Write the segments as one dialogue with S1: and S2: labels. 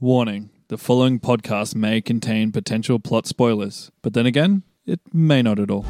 S1: Warning the following podcast may contain potential plot spoilers, but then again, it may not at all.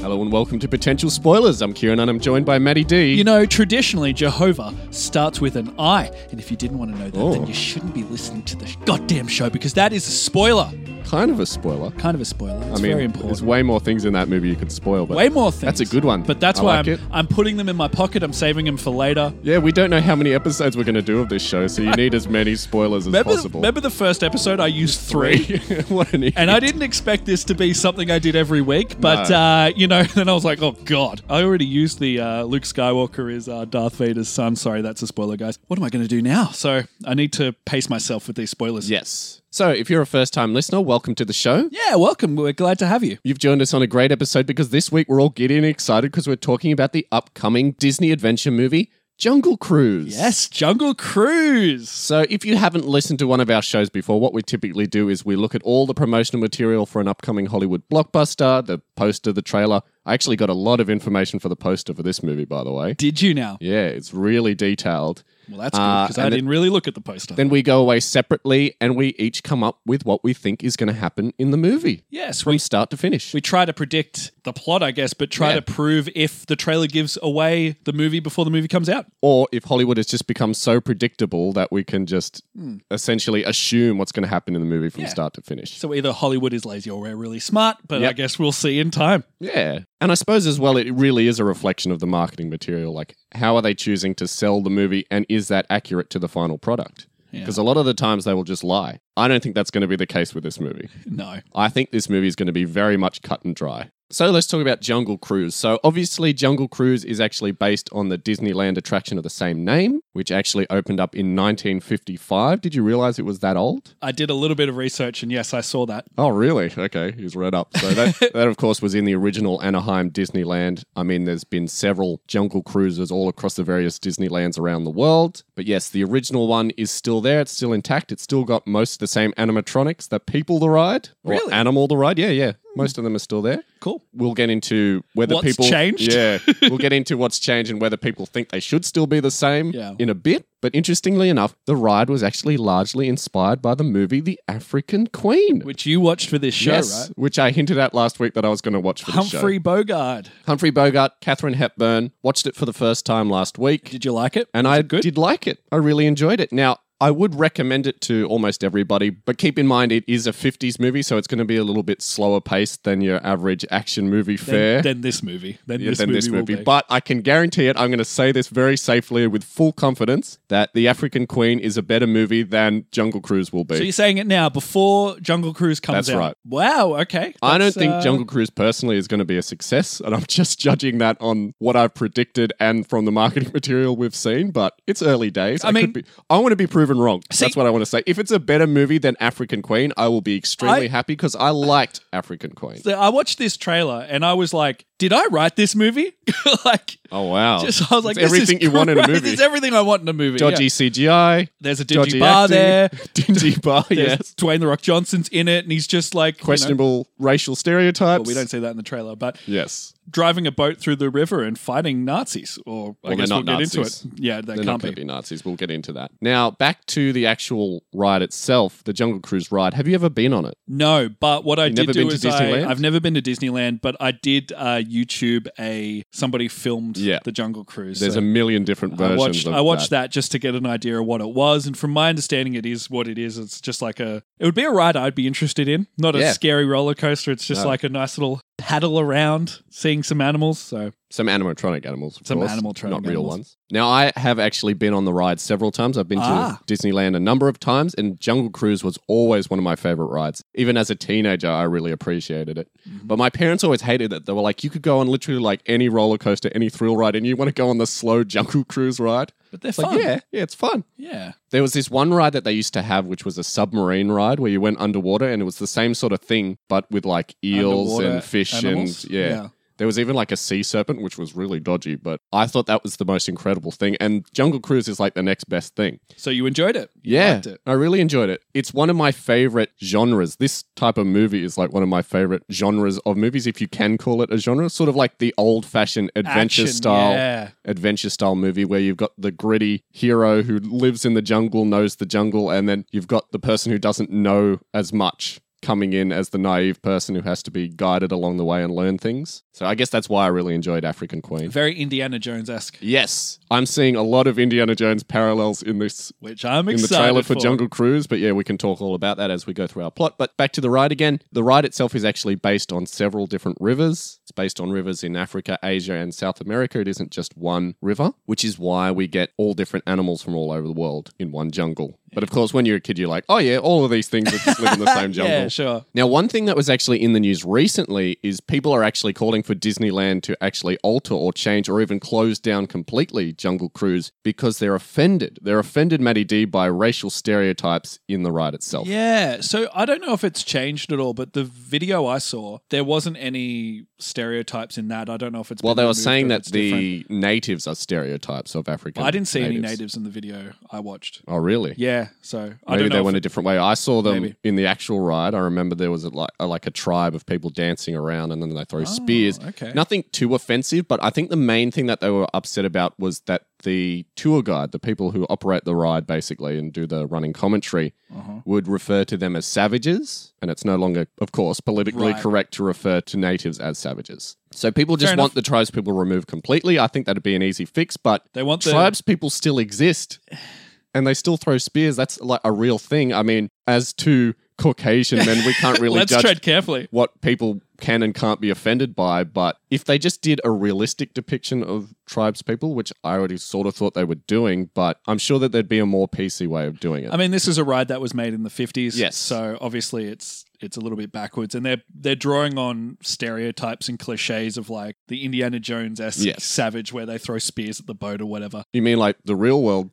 S2: Hello and welcome to Potential Spoilers. I'm Kieran and I'm joined by Maddie D.
S3: You know, traditionally, Jehovah starts with an I. And if you didn't want to know that,
S2: Oh.
S3: then you shouldn't be listening to the goddamn show because that is a spoiler.
S2: kind of a spoiler.
S3: Kind of a spoiler. It's
S2: I
S3: very
S2: mean, there's
S3: important.
S2: way more things in that movie you could spoil, but
S3: Way more things.
S2: That's a good one.
S3: But that's
S2: I
S3: why
S2: like
S3: I'm,
S2: it.
S3: I'm putting them in my pocket. I'm saving them for later.
S2: Yeah, we don't know how many episodes we're going to do of this show, so you need as many spoilers as
S3: Remember,
S2: possible.
S3: remember the first episode? I used three.
S2: what an
S3: And I didn't expect this to be something I did every week, but
S2: No.
S3: uh, you know, then I was like, "Oh God!" I already used the uh, Luke Skywalker is uh, Darth Vader's son. Sorry, that's a spoiler, guys. What am I going to do now? So I need to pace myself with these spoilers.
S2: Yes. So if you're a first time listener, welcome to the show.
S3: Yeah, welcome. We're glad to have you.
S2: You've joined us on a great episode because this week we're all giddy and excited because we're talking about the upcoming Disney adventure movie, Jungle Cruise.
S3: Yes, Jungle Cruise.
S2: So, if you haven't listened to one of our shows before, what we typically do is we look at all the promotional material for an upcoming Hollywood blockbuster, the poster, the trailer. I actually got a lot of information for the poster for this movie, by the way.
S3: Did you now?
S2: Yeah, it's really detailed.
S3: Well, that's good
S2: Uh,
S3: because
S2: and
S3: I
S2: the-
S3: didn't really look at the poster.
S2: Then we go away separately and we each come up with what we think is going to happen in the movie
S3: yes, we
S2: from start to finish.
S3: we try to predict the plot, I guess, but try
S2: Yeah.
S3: to prove if the trailer gives away the movie before the movie comes out.
S2: or if Hollywood has just become so predictable that we can just essentially assume what's going to happen in the movie from
S3: Hmm. Yeah.
S2: start to finish.
S3: So either Hollywood is lazy or we're really smart, but I
S2: Yep.
S3: guess we'll see in time.
S2: Yeah. And I suppose as well, it really is a reflection of the marketing material. Like, how are they choosing to sell the movie and is that accurate to the final product? Because a lot of the times they will just lie. I don't think that's going to be the case with this movie.
S3: No.
S2: I think this movie is going to be very much cut and dry. So let's talk about Jungle Cruise. So, obviously, Jungle Cruise is actually based on the Disneyland attraction of the same name, which actually opened up in 1955. Did you realize it was that old?
S3: I did a little bit of research and yes, I saw that.
S2: Oh, really? Okay, he's read up. So that, that, of course, was in the original Anaheim Disneyland. I mean, there's been several jungle cruises all across the various Disneylands around the world. But yes, the original one is still there. It's still intact. It's still got most of the same animatronics that people the ride or
S3: Really?
S2: animal the ride. Yeah, yeah. Most of them are still there.
S3: Cool.
S2: We'll get into whether
S3: What's
S2: people
S3: changed?
S2: Yeah, we'll get into what's changed and whether people think they should still be the same
S3: Yeah.
S2: in a bit. But interestingly enough, the ride was actually largely inspired by the movie The African Queen
S3: Which you watched for this show,
S2: yes,
S3: right?
S2: which I hinted at last week that I was going to watch for the
S3: Humphrey
S2: show.
S3: Bogart.
S2: Humphrey Bogart, Catherine Hepburn. Watched it for the first time last week,
S3: Did you like it?
S2: and I
S3: good?
S2: did like it. I really enjoyed it. Now. I would recommend it to almost everybody, but keep in mind it is a 50s movie, so it's going to be a little bit slower paced than your average action movie fare
S3: Then, then this movie. Then
S2: yeah,
S3: this
S2: than
S3: movie.
S2: this
S3: will
S2: movie.
S3: be.
S2: But I can guarantee it. I'm going to say this very safely with full confidence that The African Queen is a better movie than Jungle Cruise will be.
S3: So you're saying it now before Jungle Cruise comes
S2: That's
S3: out.
S2: right.
S3: Wow. Okay.
S2: I don't
S3: That's,
S2: think
S3: uh,
S2: Jungle Cruise personally is going to be a success, and I'm just judging that on what I've predicted and from the marketing material we've seen. But it's early days. I,
S3: mean-
S2: could be, I want to be proven wrong.
S3: See-
S2: That's what I want to say. If it's a better movie than African Queen, I will be extremely
S3: I-
S2: happy because I liked African Queen.
S3: So I watched this trailer and I was like, "Did I write this movie?" like,
S2: Oh wow!
S3: just I was like,
S2: It's
S3: this is
S2: everything you want in a
S3: great.
S2: movie.
S3: This is everything I want in a movie.
S2: Dodgy
S3: yeah.
S2: CGI,
S3: There's a
S2: dodgy
S3: dingy bar
S2: acting,
S3: there.
S2: dingy bar.
S3: There's
S2: yes,
S3: Dwayne the Rock Johnson's in it, and he's just like you know-
S2: questionable racial stereotypes.
S3: well, we don't see that in the trailer, but
S2: Yes,
S3: driving a boat through the river and fighting Nazis, or I
S2: Well,
S3: guess
S2: they're
S3: we'll
S2: not
S3: get
S2: Nazis.
S3: into it. Yeah, that
S2: They're
S3: can't
S2: not going
S3: be.
S2: to be Nazis. We'll get into that. Now, back to the actual ride itself, the Jungle Cruise ride. Have you ever been on it?
S3: No, but what I
S2: You've
S3: did
S2: never
S3: do
S2: been to
S3: is I,
S2: Disneyland?
S3: I've never been to Disneyland, but I did uh, YouTube a somebody filmed
S2: Yeah.
S3: the Jungle Cruise.
S2: There's
S3: so
S2: a million different
S3: I
S2: versions
S3: watched
S2: of
S3: I watched that. just to get an idea of what it was, and from my understanding, it is what it is. It's just like a it would be a ride I'd be interested in, not
S2: Yeah.
S3: a scary roller coaster. It's just
S2: No.
S3: like a nice little paddle around, seeing some animals. So
S2: Some animatronic animals, of
S3: Some
S2: course,
S3: animatronic
S2: not real
S3: animals.
S2: ones. Now, I have actually been on the ride several times. I've been
S3: Ah.
S2: to Disneyland a number of times, and Jungle Cruise was always one of my favorite rides. Even as a teenager, I really appreciated it.
S3: Mm-hmm.
S2: But my parents always hated it. They were like, "You could go on literally like any roller coaster, any thrill ride, and you want to go on the slow Jungle Cruise ride."
S3: But they're
S2: It's like,
S3: fun.
S2: yeah, yeah, it's fun.
S3: yeah,
S2: There was this one ride that they used to have, which was a submarine ride where you went underwater, and it was the same sort of thing, but with like eels
S3: Underwater
S2: and fish
S3: animals?
S2: and yeah. There was even like a sea serpent, which was really dodgy, but I thought that was the most incredible thing. And Jungle Cruise is like the next best thing.
S3: So you enjoyed it? You
S2: Yeah,
S3: liked it.
S2: I really enjoyed it. It's one of my favorite genres. This type of movie is like one of my favorite genres of movies, if you can call it a genre. Sort of like the old-fashioned adventure
S3: Action,
S2: style,
S3: yeah.
S2: adventure style movie where you've got the gritty hero who lives in the jungle, knows the jungle, and then you've got the person who doesn't know as much coming in as the naive person who has to be guided along the way and learn things. So I guess that's why I really enjoyed African Queen.
S3: Very Indiana Jones esque,
S2: Yes, I'm seeing a lot of Indiana Jones parallels in this
S3: which I'm
S2: in
S3: excited
S2: the trailer for,
S3: for
S2: Jungle Cruise, but yeah, we can talk all about that as we go through our plot. But back to the ride again. The ride itself is actually based on several different rivers. It's based on rivers in Africa, Asia, and South America. It isn't just one river, which is why we get all different animals from all over the world in one jungle. But of course, when you're a kid, you're like, oh yeah, all of these things are just live in the same jungle.
S3: Yeah, sure.
S2: Now, one thing that was actually in the news recently is people are actually calling for Disneyland to actually alter or change or even close down completely Jungle Cruise because they're offended. They're offended, Matty D, by racial stereotypes in the ride itself.
S3: Yeah. So I don't know if it's changed at all, but the video I saw, there wasn't any stereotypes in that. I don't know if it's
S2: Well,
S3: been
S2: they were
S3: removed or
S2: saying
S3: if
S2: that
S3: it's different.
S2: the natives are stereotypes of African.
S3: I didn't see any
S2: natives.
S3: natives in the video I watched.
S2: Oh, really?
S3: Yeah. So I
S2: Maybe
S3: don't know.
S2: they
S3: if
S2: went a different way. I saw them
S3: Maybe.
S2: in the actual ride. I remember there was a, like a, like a tribe of people dancing around, and then they
S3: Oh,
S2: throw spears.
S3: okay.
S2: Nothing too offensive, but I think the main thing that they were upset about was that the tour guide, the people who operate the ride basically and do the running commentary,
S3: Uh-huh.
S2: would refer to them as savages, and it's no longer, of course, politically
S3: Right.
S2: correct to refer to natives as savages. So people just
S3: Fair
S2: want the tribes people removed completely. I think that'd be an easy fix, but
S3: They want the-
S2: tribes people still exist and they still throw spears. That's like a real thing. I mean, as two Caucasian men, we can't really
S3: Let's
S2: judge
S3: tread carefully.
S2: what people can and can't be offended by. But if they just did a realistic depiction of tribes people, which I already sort of thought they were doing, but I'm sure that there'd be a more PC way of doing it.
S3: I mean, this is a ride that was made in the fifties.
S2: Yes.
S3: So obviously it's it's a little bit backwards, and they're they're drawing on stereotypes and cliches of like the Indiana Jones esque
S2: Yes.
S3: savage where they throw spears at the boat or whatever.
S2: you mean like the real world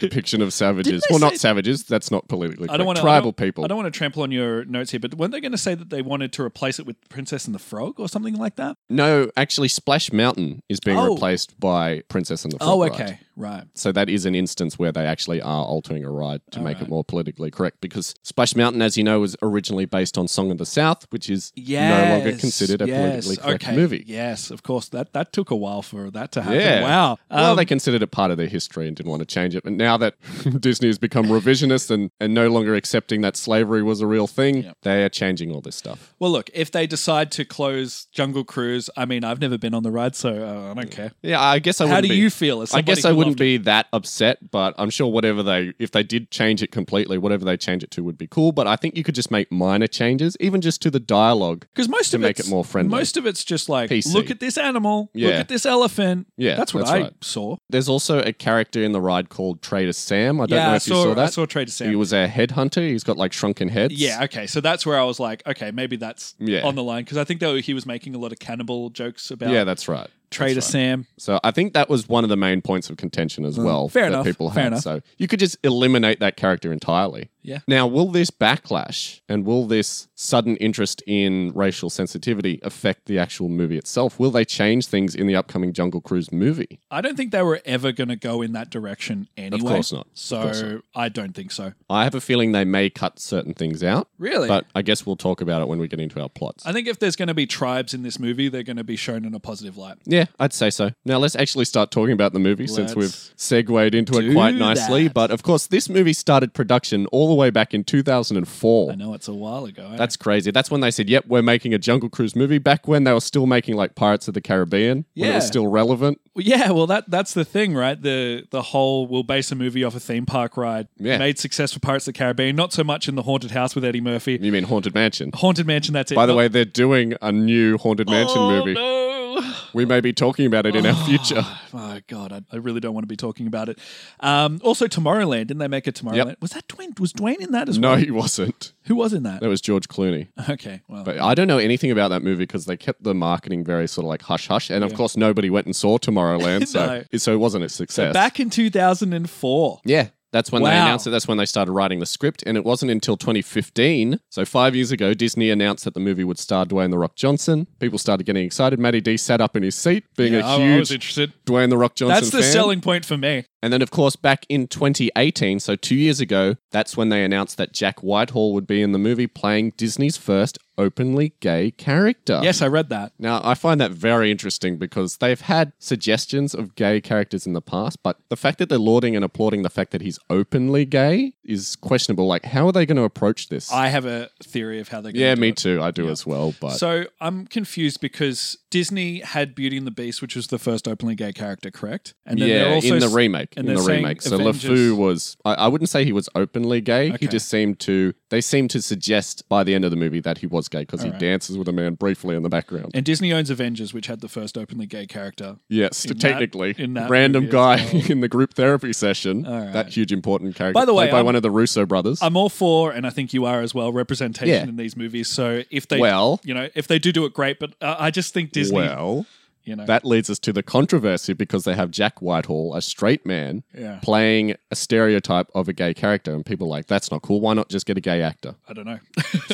S2: depiction of savages? Well, not savages. That's not politically correct.
S3: I don't want
S2: tribal people.
S3: I don't want to trample on your notes here, but weren't they going to say that they wanted to replace it with Princess and the Frog or something like that?
S2: No, actually, Splash Mountain is being
S3: Oh.
S2: replaced by Princess and the Frog.
S3: Oh,
S2: Ride.
S3: okay, right.
S2: So that is an instance where they actually are altering a ride to make it more politically correct because Splash Mountain, as you know, was originally based on Song of the South, which is no longer
S3: Yes,
S2: considered a
S3: yes,
S2: politically correct
S3: okay.
S2: movie.
S3: Yes, of course. That that took a while for that to happen.
S2: Yeah.
S3: Wow.
S2: well,
S3: Um,
S2: they considered it part of their history and didn't want to change it. But now that Disney has become revisionist and, and no longer accepting that slavery was a real thing, they are changing all this stuff.
S3: Well, look, if they decide to close Jungle Cruise, I mean, I've never been on the ride, so uh, I don't care.
S2: Yeah, I guess I
S3: How
S2: wouldn't
S3: do
S2: be-
S3: you feel? As
S2: I guess I
S3: somebody who
S2: wouldn't
S3: loved
S2: be that upset, but I'm sure whatever they, if they did change it completely, whatever they change it to would be cool. But I think you could just make minor changes, even just to the dialogue.
S3: Because most
S2: to
S3: of
S2: make
S3: it's-
S2: it more friendly.
S3: Most of it's just like,
S2: PC.
S3: look at this animal, look
S2: Yeah.
S3: at this elephant.
S2: Yeah,
S3: that's what
S2: that's
S3: I
S2: right.
S3: saw.
S2: There's also a character in the ride called Trader Sam. I don't
S3: yeah,
S2: know
S3: I
S2: if
S3: saw,
S2: you saw that.
S3: I saw Trader Sam.
S2: He was a headhunter. He's got like shrunken heads.
S3: yeah, okay. So that's where I was like, okay, maybe that's
S2: Yeah.
S3: on the line because I think that he was making a lot of cannibal jokes about
S2: yeah, that's right.
S3: Trader Sam.
S2: So I think that was one of the main points of contention as well.
S3: Mm. fair
S2: that
S3: enough,
S2: People
S3: fair
S2: had.
S3: enough.
S2: So you could just eliminate that character entirely.
S3: Yeah.
S2: Now, will this backlash and will this sudden interest in racial sensitivity affect the actual movie itself? Will they change things in the upcoming Jungle Cruise movie?
S3: I don't think they were ever going to go in that direction anyway.
S2: course not. Of
S3: So
S2: course
S3: I don't think so.
S2: I have a feeling they may cut certain things out,
S3: Really?
S2: but I guess we'll talk about it when we get into our plots.
S3: I think if there's going to be tribes in this movie, they're going to be shown in a positive light.
S2: Yeah, I'd say so. Now let's actually start talking about the movie since we've
S3: Let's
S2: segued into
S3: do
S2: it quite nicely.
S3: that.
S2: But of course, this movie started production all the way back in 2004.
S3: I know it's a while ago. eh?
S2: That's crazy. That's when they said, "Yep, we're making a Jungle Cruise movie." Back when they were still making like Pirates of the Caribbean, when it was
S3: Yeah.
S2: still relevant.
S3: Well, yeah, well that that's the thing, right? The the whole we'll base a movie off a theme park ride.
S2: Yeah.
S3: Made success for Pirates of the Caribbean, not so much in the haunted house with Eddie Murphy.
S2: You mean Haunted Mansion?
S3: Haunted Mansion, that's it.
S2: By the way, they're doing a new Haunted Mansion movie.
S3: Oh. no.
S2: We may be talking about it in our future.
S3: Oh god, I, I really don't want to be talking about it. Um, also Tomorrowland, didn't they make a Tomorrowland? Was that Dwayne? Was Dwayne in that as
S2: No,
S3: well?
S2: he wasn't.
S3: Who was in that?
S2: That was George Clooney.
S3: Okay, well,
S2: But I don't know anything about that movie because they kept the marketing very sort of like hush hush, and of course nobody went and saw Tomorrowland, so
S3: No.
S2: it, so it wasn't a success.
S3: back in 2004.
S2: yeah, That's when they
S1: Wow.
S2: announced it. That's when they started writing the script. And it wasn't until 2015, so five years ago, Disney announced that the movie would star Dwayne The Rock Johnson. People started getting excited. Matty D sat up in his seat, being
S3: Yeah, oh, I-
S2: a
S3: I was
S2: huge
S3: interested.
S2: Dwayne The Rock Johnson
S1: That's the
S2: fan.
S1: selling point for me.
S2: And then, of course, back in 2018, so two years ago, that's when they announced that Jack Whitehall would be in the movie playing Disney's first openly gay character.
S3: Yes, I read that.
S2: Now, I find that very interesting because they've had suggestions of gay characters in the past, but the fact that they're lauding and applauding the fact that he's openly gay is questionable. Like, how are they going to approach this?
S3: I have a theory of how they're going
S2: yeah,
S3: to
S2: me too. I do as well, but
S3: So I'm confused because Disney had Beauty and the Beast, which was the first openly gay character, correct? And
S2: yeah, in the
S3: s-
S2: remake.
S3: and
S2: in the
S3: they're saying
S2: remake. So
S3: Avengers-
S2: LeFou was, I, I wouldn't say he was openly gay.
S3: Okay.
S2: He just seemed to, they seemed to suggest by the end of the movie that he was gay because he
S3: Alright.
S2: dances with a man briefly in the background.
S3: And Disney owns Avengers, which had the first openly gay character.
S2: yes,
S3: in that-
S2: technically.
S3: in that
S2: random
S3: movie as
S2: guy
S3: well.
S2: in the group therapy session.
S3: Alright.
S2: That huge important character.
S3: By the way,
S2: played by
S3: I'm-
S2: one of the Russo brothers.
S3: I'm all for, and I think you are as well, representation
S2: Yeah.
S3: in these movies. So if they,
S2: Well-
S3: you know, if they do do it, great. But uh, I just think Disney,
S2: Well,
S3: you know,
S2: that leads us to the controversy because they have Jack Whitehall, a straight man,
S3: Yeah.
S2: playing a stereotype of a gay character, and people are like, "That's not cool. Why not just get a gay actor?"
S3: I don't know.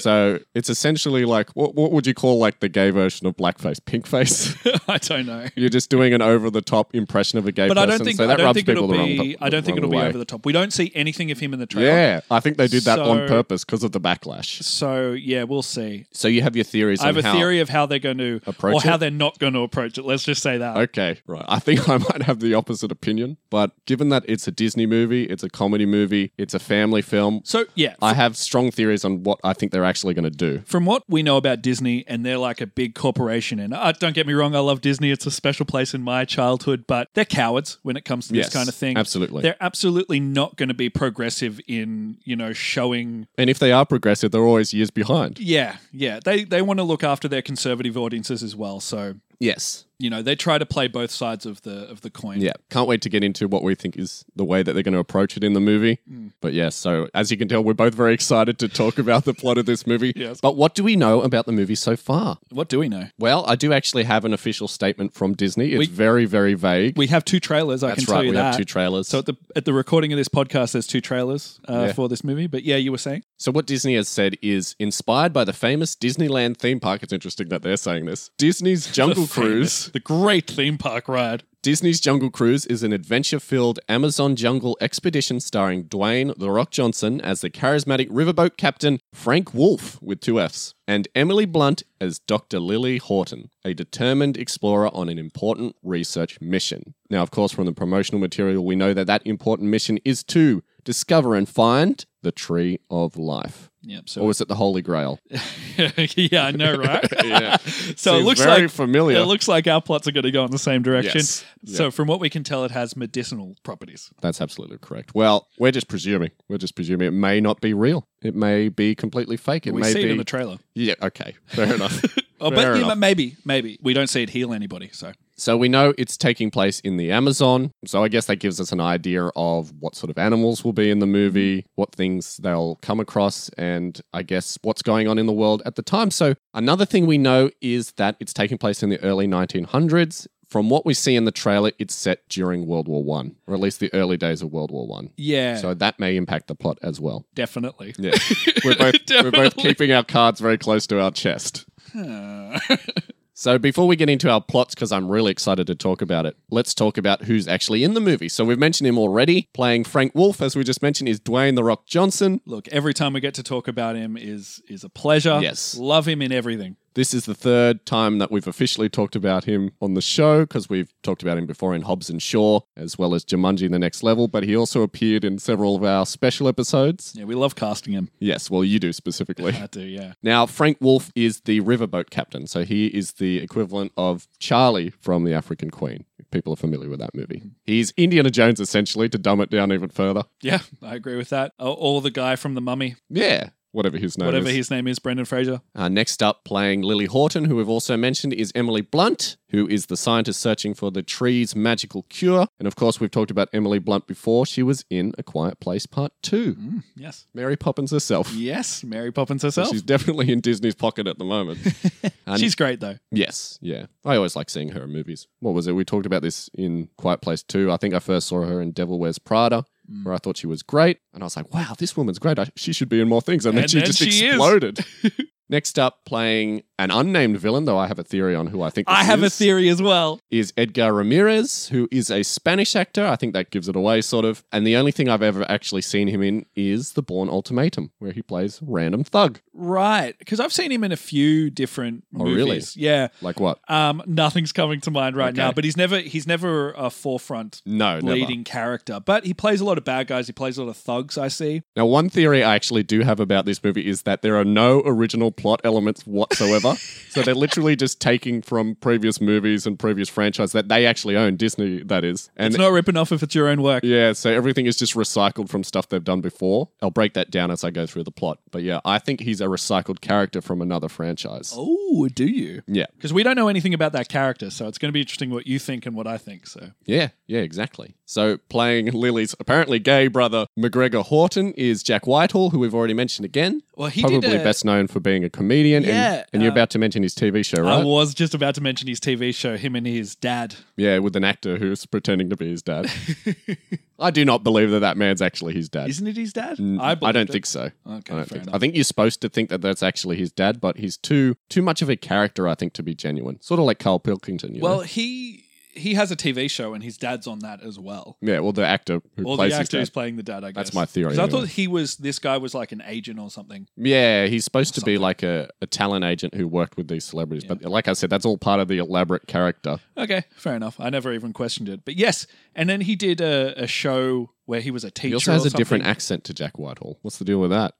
S2: so it's essentially like, what, what would you call like the gay version of blackface, pinkface?
S3: I don't know.
S2: You're just doing an over the top impression of a gay
S3: But I
S2: person,
S3: don't think
S2: so
S3: I
S2: that
S3: don't
S2: rubs
S3: think
S2: people
S3: it'll
S2: the wrong.
S3: be
S2: pu-
S3: I don't think
S2: wrong
S3: it'll be
S2: way.
S3: over the top. We don't see anything of him in the trailer.
S2: Yeah, I think they did that
S3: So-
S2: on purpose because of the backlash.
S3: So yeah, we'll see.
S2: So you have your theories.
S3: I have
S2: on
S3: a
S2: how-
S3: theory of how they're going to
S2: Approach
S3: or how
S2: it?
S3: they're not going to approach it. Let's just say that.
S2: Okay, right. I think I might have the opposite opinion, but given that it's a Disney movie, it's a comedy movie, it's a family film,
S3: So yeah,
S2: I have strong theories on what I think they're actually going to do.
S3: from what we know about Disney, and they're like a big corporation. And uh, don't get me wrong, I love Disney; it's a special place in my childhood. But they're cowards when it comes to this
S2: Yes,
S3: kind of thing.
S2: absolutely.
S3: they're absolutely not going to be progressive in you know showing.
S2: And if they are progressive, they're always years behind.
S3: Yeah, yeah, they they want to look after their conservative audiences as well. So
S2: Yes.
S3: you know they try to play both sides of the of the coin.
S2: Yeah. Can't wait to get into what we think is the way that they're going to approach it in the movie.
S3: Hmm.
S2: But yeah, so as you can tell, we're both very excited to talk about the plot of this movie.
S3: Yes.
S2: But what do we know about the movie so far?
S3: What do we know?
S2: Well, I do actually have an official statement from Disney. It's very, very vague.
S3: We have two trailers. I
S2: That's
S3: can tell
S2: right.
S3: you
S2: We
S3: that.
S2: have two trailers.
S3: so at the at the recording of this podcast, there's two trailers uh,
S2: Yeah.
S3: for this movie. But yeah, you were saying.
S2: So what Disney has said is inspired by the famous Disneyland theme park. It's interesting that they're saying this. Disney's Jungle Cruise.
S3: the great theme park ride.
S2: Disney's Jungle Cruise is an adventure filled Amazon jungle expedition starring Dwayne The Rock Johnson as the charismatic riverboat captain Frank Wolf with two F's, and Emily Blunt as Dr. Lily Horton, a determined explorer on an important research mission. Now, of course, from the promotional material, we know that that important mission is to discover and find the Tree of Life.
S3: Yep.
S2: Or
S3: So
S2: was it the Holy Grail?
S3: yeah, I know, right?
S2: Yeah.
S3: So it
S2: Seems
S3: looks
S2: very
S3: like
S2: familiar.
S3: it looks like our plots are going to go in the same direction.
S2: Yes.
S3: So from what we can tell, it has medicinal properties.
S2: That's absolutely correct. Well, we're just presuming. We're just presuming it may not be real. It may be completely fake. It
S3: We
S2: may
S3: see
S2: be.
S3: it in the trailer.
S2: yeah. Okay. Fair enough.
S3: Oh,
S2: Fair
S3: but yeah,
S2: enough.
S3: but maybe, maybe we don't see it heal anybody. So
S2: so we know it's taking place in the Amazon. So I guess that gives us an idea of what sort of animals will be in the movie, what things they'll come across, and I guess what's going on in the world at the time. So another thing we know is that it's taking place in the early 1900s. From what we see in the trailer, it's set during World War One, or at least the early days of World War One.
S3: yeah,
S2: So that may impact the plot as well.
S3: definitely.
S2: Yeah. We're both we're both
S3: Definitely.
S2: keeping our cards very close to our chest.
S3: Huh.
S2: So before we get into our plots, because I'm really excited to talk about it, let's talk about who's actually in the movie. So we've mentioned him already. Playing Frank Wolf, as we just mentioned, is Dwayne the Rock Johnson.
S3: Look, every time we get to talk about him is is a pleasure.
S2: Yes.
S3: love him in everything.
S2: This is the third time that we've officially talked about him on the show, because we've talked about him before in Hobbs and Shaw, as well as Jumanji the Next Level, but he also appeared in several of our special episodes.
S3: Yeah, we love casting him.
S2: Yes, well you do specifically.
S3: I do. Yeah,
S2: Now, Frank Wolf is the riverboat captain, so he is the equivalent of Charlie from The African Queen. If people are familiar with that movie. He's Indiana Jones, essentially, to dumb it down even further.
S3: yeah, I agree with that. Oh, or the guy from the Mummy,
S2: Yeah, whatever his name
S3: whatever
S2: is.
S3: his name is, Brendan Fraser.
S2: Uh, next up, playing Lily Horton, who we've also mentioned, is Emily Blunt, who is the scientist searching for the tree's magical cure. And of course, we've talked about Emily Blunt before. She was in A Quiet Place Part 2.
S3: Yes,
S2: Mary Poppins herself.
S3: yes, Mary Poppins herself.
S2: She's definitely in Disney's pocket at the moment. And-
S3: She's great though.
S2: Yes, yeah. I always like seeing her in movies. What was it? We talked about this in Quiet Place 2. I think I first saw her in Devil Wears Prada. where I thought she was great. And I was like, wow, this woman's great. I, she should be in more things. And then
S3: And
S2: she
S3: then
S2: just
S3: she is.
S2: exploded. Next up, playing an unnamed villain, though I have a theory on who I think
S1: I
S2: this
S1: have a
S2: is,
S1: theory as well.
S2: is Edgar Ramirez, who is a Spanish actor. I think that gives it away, sort of. And the only thing I've ever actually seen him in is The Born Ultimatum, where he plays random thug.
S3: Right. Because I've seen him in a few different
S2: Oh, really?
S3: movies. Yeah.
S2: Like what?
S3: Um, nothing's coming to mind right
S2: Okay.
S3: now, but he's never he's never a forefront
S2: No, never.
S3: leading character. But he plays a lot of bad guys. He plays a lot of thugs. I see.
S2: Now, one theory I actually do have about this movie is that there are no original plot elements whatsoever. so they're literally just taking from previous movies and previous franchise that they actually own, Disney, that is. And
S3: It's not ripping off if it's your own work.
S2: yeah, so everything is just recycled from stuff they've done before. I'll break that down as I go through the plot. But yeah, I think he's a recycled character from another franchise.
S3: Oh, do you?
S2: Yeah.
S3: Because we don't know anything about that character, so it's going to be interesting what you think and what I think. So
S2: Yeah, yeah, exactly. So playing Lily's apparently gay brother McGregor Horton is Jack Whitehall, who we've already mentioned again.
S3: Well, he
S2: probably
S3: did a-
S2: best known for being a comedian. and-
S3: Yeah,
S2: and, you're
S3: uh,
S2: about to mention his TV show, right?
S3: I was just about to mention his TV show, him and his dad.
S2: yeah, with an actor who's pretending to be his dad. I do not believe that that man's actually his dad.
S3: Isn't it his dad?
S2: I
S3: believed
S2: don't
S3: it.
S2: think so.
S3: Okay,
S2: I don't
S3: fair
S2: think. So.
S3: enough.
S2: I think you're supposed to think that that's actually his dad, but he's too too much of a character, I think, to be genuine. Sort of like Carl Pilkington. You
S3: Well,
S2: know?
S3: he he has a TV show, and his dad's on that as well.
S2: yeah. Well, the actor who
S3: Or
S2: plays
S3: the actor who's
S2: his dad.
S3: playing the dad, I guess.
S2: That's my theory,
S3: 'Cause I
S2: anyway.
S3: thought he was this guy was like an agent or something.
S2: Yeah, he's supposed to be like a, a talent agent who worked with these celebrities. But like I said, that's all part of the elaborate character.
S3: Okay, fair enough. I never even questioned it, but yes. And then he did a, a show where he was a teacher.
S2: He also has
S3: or
S2: a different
S3: something.
S2: accent to Jack Whitehall. What's the deal with that?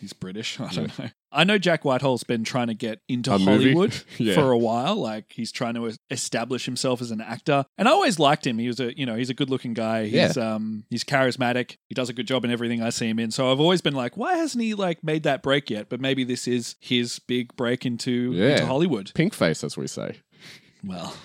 S3: He's British. I don't know. I know Jack Whitehall's been trying to get into
S2: A movie?
S3: Hollywood
S2: Yeah.
S3: for a while. Like he's trying to es- establish himself as an actor, and I always liked him. He was a you know he's a good looking guy. He's um he's charismatic. He does a good job in everything I see him in. So I've always been like, why hasn't he like made that break yet? But maybe this is his big break into,
S2: Yeah.
S3: into Hollywood.
S2: Pink face, as we say.
S3: Well,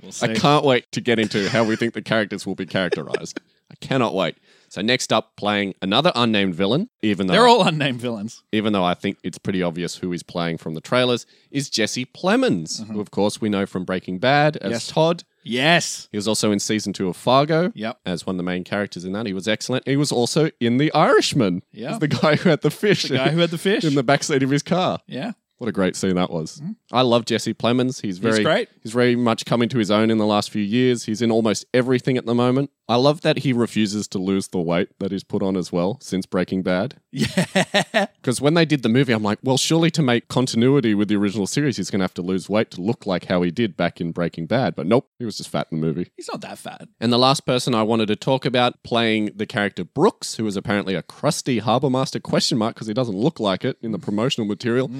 S3: we'll see.
S2: I can't wait to get into how we think the characters will be characterized. I cannot wait. So next up, playing another unnamed villain, even though
S3: They're all unnamed villains.
S2: even though I think it's pretty obvious who he's playing from the trailers, is Jesse Plemons, who of course we know from Breaking Bad as
S3: Mm-hmm. Yes.
S2: Todd.
S3: Yes.
S2: He was also in season two of Fargo.
S3: Yep.
S2: As one of the main characters in that. He was excellent. He was also in The Irishman.
S3: Yeah.
S2: As the guy who had the fish
S3: The guy who had the fish.
S2: in the backseat of his car.
S3: yeah.
S2: What a great scene that was. I love Jesse Plemons. He's very
S3: great.
S2: He's very much come into his own in the last few years. He's in almost everything at the moment. I love that he refuses to lose the weight that he's put on as well since Breaking Bad.
S3: Yeah.
S2: Because when they did the movie, I'm like, well, surely to make continuity with the original series, he's going to have to lose weight to look like how he did back in Breaking Bad. But nope, he was just fat in the movie.
S3: He's not that fat.
S2: And the last person I wanted to talk about playing the character Brooks, who is apparently a crusty harbour master question mark because he doesn't look like it in the promotional material,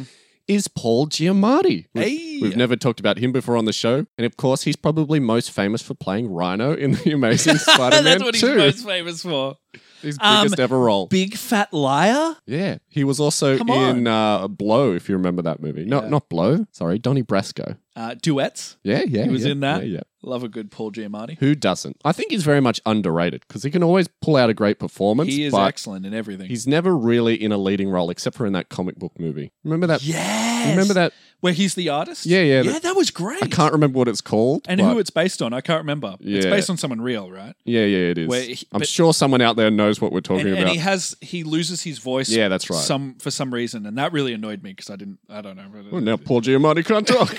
S2: is Paul Giamatti. We've,
S3: Hey.
S2: we've never talked about him before on the show, and of course, he's probably most famous for playing Rhino in the Amazing Spider-Man
S3: That's what he's
S2: 2.
S3: most famous for.
S2: his
S3: um,
S2: biggest ever role.
S3: Big fat liar?
S2: yeah, he was also
S3: Come on.
S2: in uh, Blow, if you remember that movie. No,
S3: Yeah.
S2: not Blow. Sorry, Donnie Brasco.
S3: Uh, duets.
S2: Yeah, yeah,
S3: He was
S2: yeah,
S3: in that?
S2: Yeah, yeah.
S3: Love a good Paul Giamatti.
S2: Who doesn't? I think he's very much underrated because he can always pull out a great performance.
S3: He is
S2: but
S3: excellent in everything.
S2: He's never really in a leading role except for in that comic book movie. Remember that?
S3: yes.
S2: Remember that?
S3: Where he's the artist?
S2: Yeah, yeah,
S3: Yeah,
S2: that-
S3: that, was great.
S2: I can't remember what it's called.
S3: and
S2: but-
S3: who it's based on, I can't remember. It's
S2: Yeah.
S3: based on someone real, right?
S2: Yeah, yeah, it is.
S3: Where he-
S2: I'm
S3: but-
S2: sure someone out there knows what we're talking
S3: And, and
S2: about.
S3: he has he loses his voice.
S2: Yeah, that's right.
S3: Some for some reason, and that really annoyed me because I didn't. I don't know.
S2: well, Oh, now Paul Giamatti can't talk.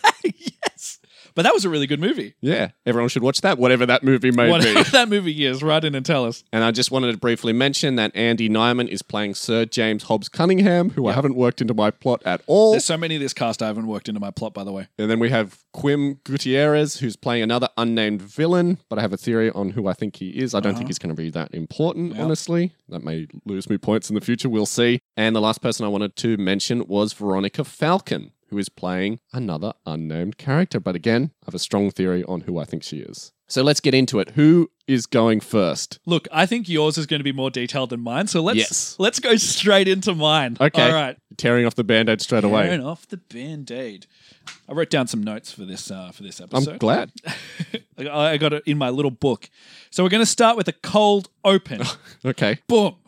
S3: yes, but that was a really good movie.
S2: yeah, everyone should watch that, whatever that movie may
S3: Whatever
S2: be.
S3: that movie is, write in and tell us.
S2: And I just wanted to briefly mention that Andy Nyman is playing Sir James Hobbs Cunningham, who I haven't worked into my plot at all.
S3: There's so many of this cast I haven't worked into my plot, by the way.
S2: And then we have Quim Gutierrez, who's playing another unnamed villain, but I have a theory on who I think he is. I don't
S3: Uh-huh.
S2: think he's going to be that important, honestly. That may lose me points in the future. We'll see. And the last person I wanted to mention was Veronica Falcon, who is playing another unnamed character. But again, I have a strong theory on who I think she is. So let's get into it. Who is going first?
S3: Look, I think yours is going to be more detailed than mine, so let's
S2: Yes.
S3: let's go straight into mine.
S2: Okay.
S3: All right.
S2: Tearing off the band aid straight away.
S3: Tearing off the band-aid. I wrote down some notes for this uh, for this
S2: I'm
S3: episode.
S2: glad.
S3: I I got it in my little book. So we're going to start with a cold open.
S2: Okay.
S3: Boom.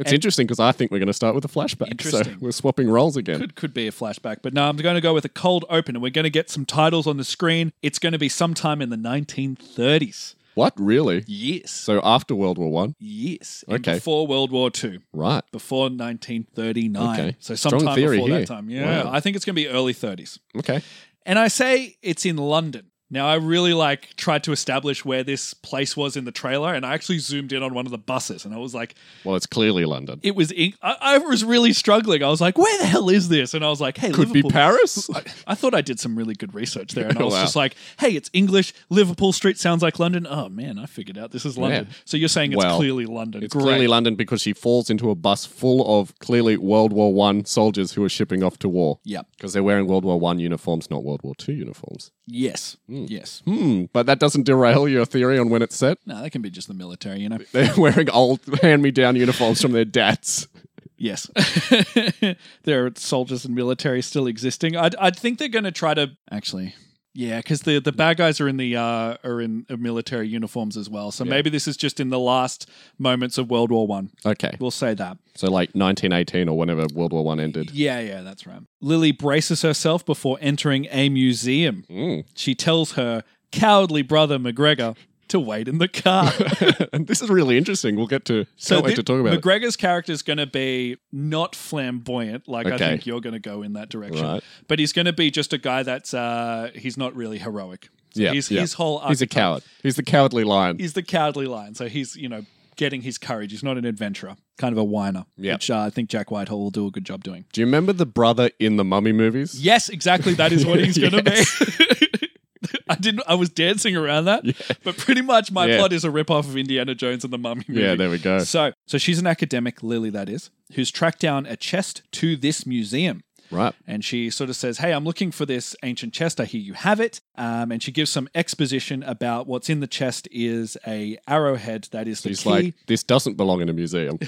S2: It's interesting because I think we're going to start with a flashback. So
S3: Interesting.
S2: we're swapping roles again.
S3: could could be a flashback, but no, I'm going to go with a cold open, and we're going to get some titles on the screen. It's going to be sometime in the 1930s.
S2: What really?
S3: Yes.
S2: So after World War One,
S3: Yes. And
S2: Okay.
S3: Before World War Two.
S2: right?
S3: Before 1939.
S2: Okay.
S3: So
S2: Strong
S3: sometime
S2: theory
S3: before
S2: here.
S3: that time. Yeah.
S2: Wow.
S3: I think it's going to be early 30s.
S2: Okay,
S3: And I say it's in London. Now I really like tried to establish where this place was in the trailer and I actually zoomed in on one of the buses and I was like
S2: well, it's clearly London.
S3: it was in- I-, I was really struggling. I was like where the hell is this? And I was like hey
S2: Could be
S3: Liverpool.
S2: Paris.
S3: I thought I did some really good research there, and I was
S2: Wow.
S3: just like, "Hey, it's English. Liverpool Street sounds like London. Oh man, I figured out this is London."
S2: Yeah.
S3: So you're saying it's
S2: Well,
S3: clearly London?
S2: It's clearly London because she falls into a bus full of clearly World War One soldiers who are shipping off to war.
S3: Yep.
S2: because they're wearing World War One uniforms, not World War Two uniforms.
S3: Yes. Yes.
S2: Hmm, but that doesn't derail your theory on when it's set.
S3: No, that can be just the military, you know.
S2: They're wearing old hand-me-down uniforms from their dads.
S3: Yes. there are soldiers and military still existing. I'd, I'd think they're going to try to actually. Yeah, because the the bad guys are in the uh, are in uh, military uniforms as well. So maybe this is just in the last moments of World War One.
S2: Okay,
S3: We'll say that.
S2: so like 1918 or whenever World War One ended.
S3: Yeah, yeah, that's right. Lily braces herself before entering a museum.
S2: Mm.
S3: She tells her cowardly brother McGregor to wait in the car.
S2: and this is really interesting. We'll get to can't wait
S3: thi-
S2: to talk about it.
S3: McGregor's character is going to be not flamboyant, like I
S2: Okay.
S3: think you're going to go in that direction,
S2: Right.
S3: but he's going to be just a guy that's uh, he's not really heroic. So
S2: Yeah,
S3: he's,
S2: yeah.
S3: his whole
S2: He's a
S3: archetype-
S2: coward. He's the cowardly lion.
S3: He's the cowardly lion, so he's you know getting his courage. He's not an adventurer, kind of a whiner,
S2: Yeah.
S3: which uh, I think Jack Whitehall will do a good job doing.
S2: Do you remember the brother in the Mummy movies?
S3: Yes, exactly. That is what he's going to be. I didn't. I was dancing around that, but pretty much my
S2: Yeah.
S3: plot is a ripoff of Indiana Jones and the Mummy movie.
S2: Yeah, there we go.
S3: So, so she's an academic, Lily, that is, who's tracked down a chest to this museum.
S2: Right.
S3: And she sort of says, Hey, I'm looking for this ancient chest. I hear you have it. Um, and she gives some exposition about what's in the chest is a arrowhead that is the
S2: He's
S3: key.
S2: like, this doesn't belong in a museum.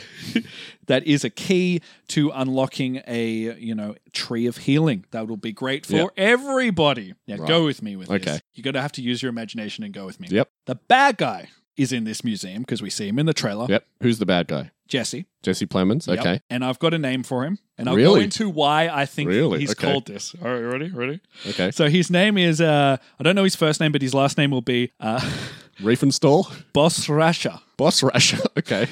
S3: that is a key to unlocking a you know tree of healing that will be great for
S2: Yeah.
S3: everybody now
S2: Right.
S3: go with me with
S2: Okay.
S3: this you're gonna have to use your imagination and go with me
S2: Yep.
S3: the bad guy is in this museum because we see him in the trailer
S2: Yep. Who's the bad guy?
S3: jesse
S2: Jesse Plemons.
S3: Yep.
S2: Okay.
S3: and i've got a name for him and i'll go
S2: Really?
S3: into why i think
S2: Really?
S3: he's
S2: Okay.
S3: called this all right ready ready
S2: Okay.
S3: so his name is uh i don't know his first name but his last name will be uh
S2: Riefenstahl.
S3: boss rasha
S2: Boss Rasher. Okay.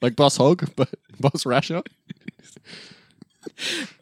S2: like Boss Hog, but Boss Rasher.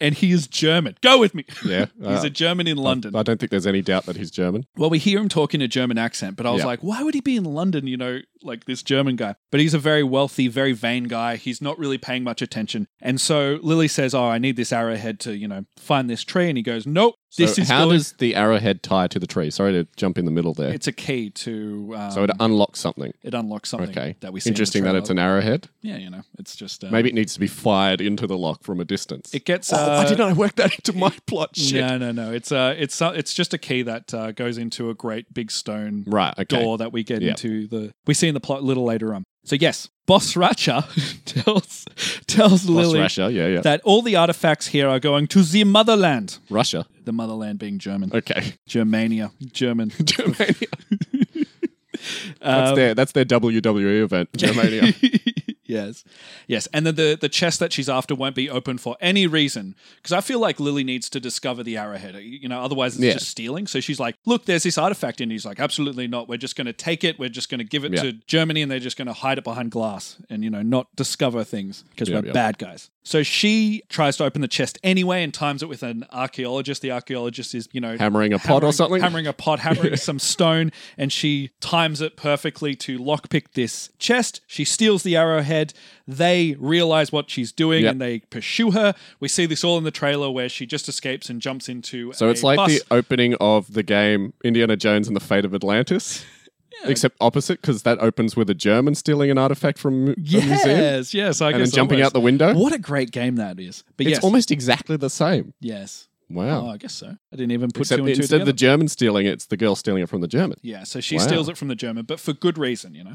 S3: and he is german go with me
S2: Yeah. uh,
S3: he's a german in london
S2: I don't think there's any doubt that he's German.
S3: Well, we hear him talk in a German accent, but I was
S2: Yeah.
S3: like, why would he be in London, you know, like this German guy? But he's a very wealthy, very vain guy. He's not really paying much attention. And so Lily says, Oh, I need this arrowhead to, you know, find this tree. And he goes, Nope, this
S2: So
S3: is
S2: how
S3: going-
S2: does the arrowhead tie to the tree? Sorry to jump in the middle there.
S3: it's a key to um,
S2: so it unlocks something.
S3: it unlocks something
S2: Okay.
S3: that we see. in the
S2: Interesting that
S3: trailer.
S2: it's an arrowhead.
S3: Yeah, you know, it's just uh,
S2: Maybe it needs to be fired into the lock from a distance.
S3: it gets
S2: oh,
S3: uh,
S2: why did I work that into my plot? Shit.
S3: No, no, no. It's uh it's uh, it's just a key that uh, goes into a great big stone
S2: Right. Okay.
S3: door that we get
S2: Yeah.
S3: into the we see in the plot a little later on. So yes, Boss Racha tells tells
S2: Boss
S3: Lily
S2: Rasher. Yeah. Yeah.
S3: that all the artifacts here are going to the motherland.
S2: Russia.
S3: The motherland being German,
S2: Okay.
S3: Germania, German.
S2: Germania. that's
S3: Um,
S2: their that's their WWE event. Germania.
S3: yes, yes, and then the the chest that she's after won't be open for any reason because I feel like Lily needs to discover the arrowhead. Uh, You know, otherwise it's
S2: Yeah.
S3: just stealing. So she's like, "Look, there's this artifact," and he's like, "Absolutely not. We're just going to take it. We're just going to give it
S2: Yeah.
S3: to Germany, and they're just going to hide it behind glass and you know not discover things because
S2: Yeah,
S3: we're
S2: yeah.
S3: bad guys." So she tries to open the chest anyway and times it with an archaeologist. The archaeologist is you know
S2: hammering a pod or
S3: hammering-
S2: something.
S3: Hammering a pot, hammering some stone, and she times it perfectly to lockpick this chest. She steals the arrowhead. They realize what she's doing
S2: Yep.
S3: and they pursue her. We see this all in the trailer where she just escapes and jumps into.
S2: So
S3: a
S2: it's like
S3: bus.
S2: the opening of the game Indiana Jones and the Fate of Atlantis, except opposite because that opens with a German stealing an artifact from mu- a museum
S3: yes, yes, I
S2: and
S3: guess
S2: then jumping
S3: always.
S2: out the window.
S3: What a great game that is! But
S2: It's
S3: yes,
S2: almost exactly the same.
S3: yes. Oh,
S2: Wow.
S3: I guess so. I didn't even put
S2: except
S3: two and two
S2: instead
S3: together.
S2: of the German stealing it, it's the girl stealing it from the German.
S3: Yeah, so she
S2: Wow.
S3: steals it from the German, but for good reason, you know.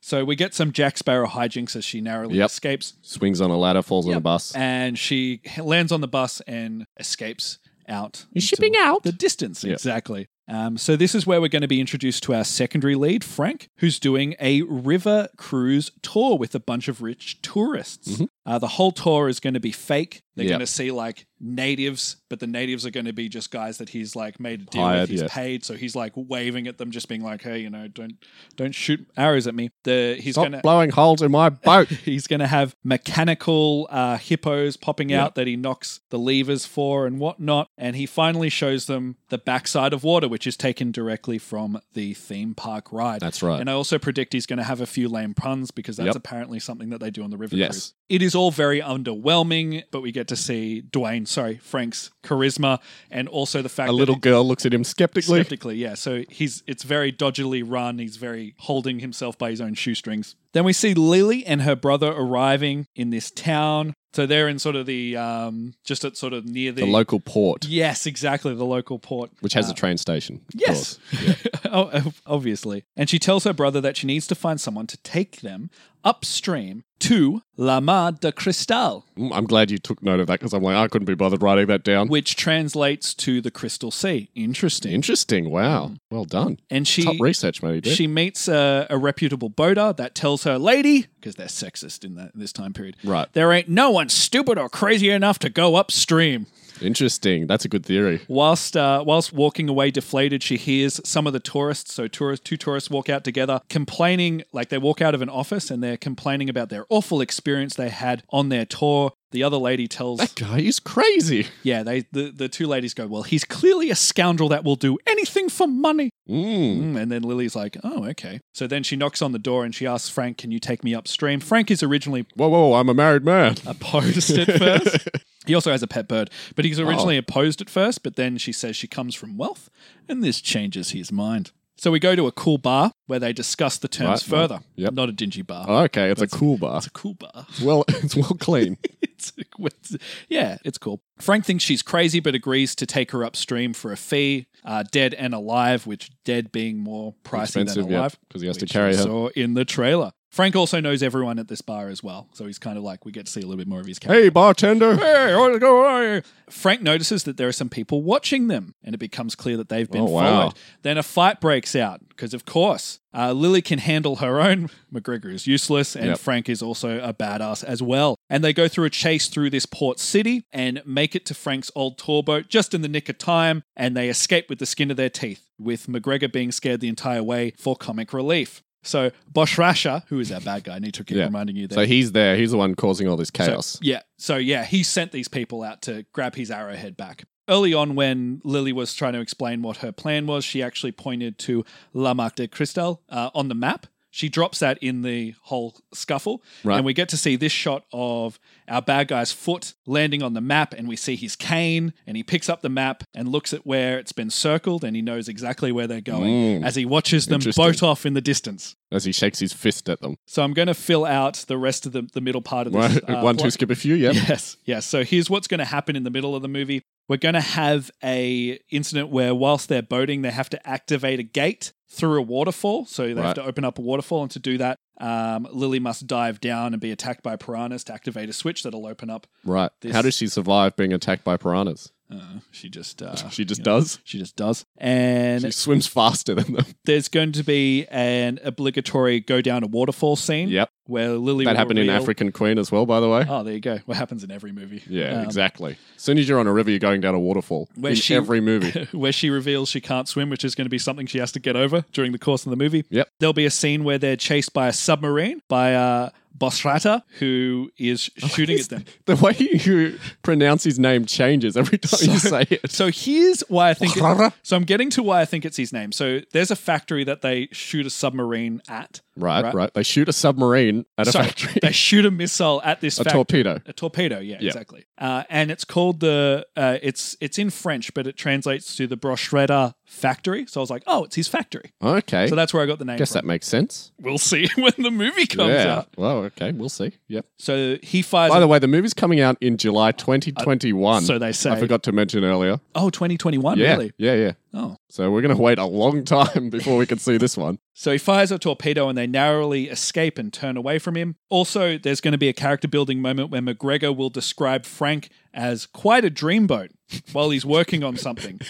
S3: So we get some Jack Sparrow hijinks as she narrowly
S2: Yep.
S3: escapes.
S2: Swings on a ladder, falls on a bus.
S3: and she lands on the bus and escapes out. into
S2: out.
S3: the distance.
S2: Yeah.
S3: Exactly. Um, so this is where we're going to be introduced to our secondary lead, Frank, who's doing a river cruise tour with a bunch of rich tourists. Uh, the whole tour is going to be fake. They're
S2: Mm-hmm. Yeah.
S3: going to see like natives, but the natives are going to be just guys that he's like made a deal
S2: Hired,
S3: with. He's
S2: yeah.
S3: paid, so he's like waving at them, just being like, "Hey, you know, don't don't shoot arrows at me." The he's
S2: Stop
S3: going to
S2: blowing holes in my boat.
S3: He's going to have mechanical uh, hippos popping
S2: Yeah.
S3: out that he knocks the levers for and whatnot. And he finally shows them the backside of water, which is taken directly from the theme park ride.
S2: That's right.
S3: And I also predict he's going to have a few lame puns because that's
S2: Yep.
S3: apparently something that they do on the river
S2: Yes.
S3: cruise. It is all very underwhelming, but we get to see Dwayne, sorry, Frank's charisma and also the fact
S2: A
S3: that
S2: little
S3: he-
S2: girl looks at him skeptically.
S3: Skeptically, yeah. So he's it's very dodgily run. He's very holding himself by his own shoestrings. Then we see Lily and her brother arriving in this town. So they're in sort of the um just at sort of near the,
S2: The local port,
S3: Yes, exactly, the local port.
S2: which has a train station. of
S3: Uh, Yes.
S2: course.
S3: oh, ob- obviously. And she tells her brother that she needs to find someone to take them upstream to La Mar de Cristal,
S2: Mm, I'm glad you took note of that because I'm like, I couldn't be bothered writing that down.
S3: which translates to the Crystal Sea. Interesting.
S2: Interesting. Wow. Well done.
S3: And she
S2: Top research, mate.
S3: She meets a, a reputable boater that tells her, "Lady," because they're sexist in that this time period.
S2: Right.
S3: There ain't no one stupid or crazy enough to go upstream.
S2: Interesting. That's a good theory.
S3: Whilst uh, whilst walking away deflated, she hears some of the tourists. So tourist, two tourists walk out together, complaining like they walk out of an office and they're complaining about their awful experience they had on their tour. The other lady tells,
S2: That guy is crazy.
S3: "Yeah, they the, the two ladies go, well, he's clearly a scoundrel that will do anything for money."
S2: Mm.
S3: Mm, and then Lily's like, oh, okay. So then she knocks on the door and she asks Frank, can you take me upstream? Frank is originally
S2: Whoa, whoa, I'm a married man.
S3: opposed at first. He also has a pet bird, but he's originally
S2: Oh.
S3: opposed at first, but then she says she comes from wealth, and this changes his mind. So we go to a cool bar where they discuss the terms
S2: Right,
S3: further.
S2: Yep. Oh.
S3: Not a dingy bar.
S2: Okay, it's a cool bar.
S3: It's a cool bar.
S2: Well, it's well clean.
S3: it's, it's- yeah, it's cool. Frank thinks she's crazy, but agrees to take her upstream for a fee, uh, dead and alive, which dead being more pricey
S2: Expensive,
S3: than
S2: yeah,
S3: alive.
S2: because he has to
S3: which
S2: carry
S3: we
S2: her.
S3: Saw in the trailer. Frank also knows everyone at this bar as well, so he's kind of like we get to see a little bit more of his character.
S2: Hey, bartender.
S3: Hey, what's going on here? Frank notices that there are some people watching them, and it becomes clear that they've been
S2: Oh, wow.
S3: followed. Then a fight breaks out because, of course, uh, Lily can handle her own. McGregor is useless, and
S2: Yep.
S3: Frank is also a badass as well. And they go through a chase through this port city and make it to Frank's old tour boat just in the nick of time, and they escape with the skin of their teeth, with McGregor being scared the entire way for comic relief. So Bosch Rasher, who is our bad guy, I need to keep
S2: Yeah.
S3: reminding you that
S2: So he's there. He's the one causing all this chaos.
S3: so, yeah. So yeah, he sent these people out to grab his arrowhead back. Early on, when Lily was trying to explain what her plan was, she actually pointed to La Marque de Cristal uh, on the map. She drops that in the whole scuffle,
S2: Right.
S3: and we get to see this shot of our bad guy's foot landing on the map, and we see his cane, and he picks up the map and looks at where it's been circled, and he knows exactly where they're going
S2: Mm.
S3: as he watches them
S2: Interesting.
S3: boat off in the distance.
S2: As he shakes his fist at them.
S3: So I'm going to fill out the rest of the, the middle part of this.
S2: Right.
S3: uh,
S2: one,
S3: plot.
S2: two, skip a few. Yep.
S3: Yes, yes. So here's what's going to happen in the middle of the movie. We're going to have a incident where whilst they're boating, they have to activate a gate through a waterfall. So they have
S2: Right.
S3: to open up a waterfall, and to do that, um, Lily must dive down and be attacked by piranhas to activate a switch that'll open up.
S2: Right.
S3: This-
S2: How does she survive being attacked by piranhas?
S3: Uh, she just, uh,
S2: She just
S3: you know,
S2: does.
S3: She just does. And
S2: She swims faster than them.
S3: there's going to be an obligatory go down a waterfall scene.
S2: Yep.
S3: Where Lily
S2: That
S3: will
S2: happened in
S3: reveal-
S2: African Queen as well, by the way.
S3: Oh, there you go. What happens in every movie?
S2: Yeah,
S3: Um,
S2: exactly. As soon as you're on a river, you're going down a waterfall.
S3: Where
S2: in
S3: she-
S2: every movie.
S3: where she reveals she can't swim, which is going to be something she has to get over during the course of the movie.
S2: Yep.
S3: There'll be a scene where they're chased by a submarine by uh, Bosrata, who is
S2: Oh,
S3: shooting at them.
S2: the way you pronounce his name changes every time you say it.
S3: So here's why I think. it- so I'm getting to why I think it's his name. So there's a factory that they shoot a submarine at.
S2: Right,
S3: Right.
S2: right, They shoot a submarine at a
S3: Sorry,
S2: factory.
S3: they shoot a missile at this
S2: a
S3: factory.
S2: torpedo.
S3: A torpedo, yeah,
S2: Yeah.
S3: exactly. Uh, and it's called the uh, it's it's in French, but it translates to the Broshreda factory. So I was like, oh, it's his factory.
S2: Okay.
S3: So that's where I got the name.
S2: Guess
S3: from.
S2: that makes sense.
S3: We'll see when the movie comes
S2: yeah.
S3: out.
S2: Well, okay. We'll see. Yep.
S3: So he fires.
S2: By the way, the movie's coming out in July 2021.
S3: so they say.
S2: I forgot to mention earlier.
S3: oh, 2021,
S2: Yeah.
S3: really?
S2: Yeah, yeah.
S3: Oh.
S2: So we're going to wait a long time before we can see this one.
S3: So he fires a torpedo and they narrowly escape and turn away from him. Also, there's going to be a character building moment where McGregor will describe Frank as quite a dreamboat while he's working on something,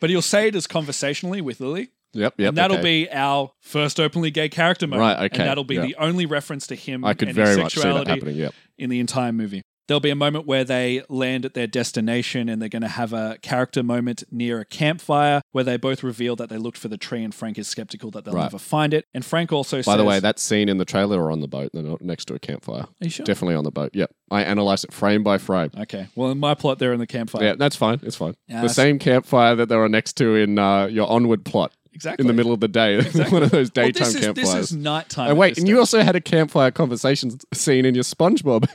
S3: but he'll say it as conversationally with Lily.
S2: Yep, yep.
S3: and that'll
S2: okay.
S3: be our first openly gay character moment.
S2: Right, okay,
S3: And that'll be
S2: yeah.
S3: the only reference to him
S2: I could
S3: and
S2: very
S3: his
S2: much see that
S3: sexuality
S2: happening. Yep.
S3: in the entire movie. There'll be a moment where they land at their destination and they're going to have a character moment near a campfire where they both reveal that they looked for the tree and Frank is skeptical that they'll
S2: Right.
S3: never find it. And Frank also says,
S2: By the way, that scene in the trailer or on the boat, they're not next to a campfire.
S3: Are you sure?
S2: Definitely on the boat. Yep. I analyzed it frame by frame.
S3: Okay. Well, in my plot, they're in the campfire.
S2: Yeah, that's fine. It's fine.
S3: Yeah,
S2: the
S3: that's-
S2: same campfire that they were next to in uh, your onward plot
S3: Exactly.
S2: in the middle of the day. One of those
S3: Well,
S2: daytime
S3: this is,
S2: campfires.
S3: this is nighttime. at
S2: and wait,
S3: this
S2: and you
S3: stage.
S2: also had a campfire conversation scene in your SpongeBob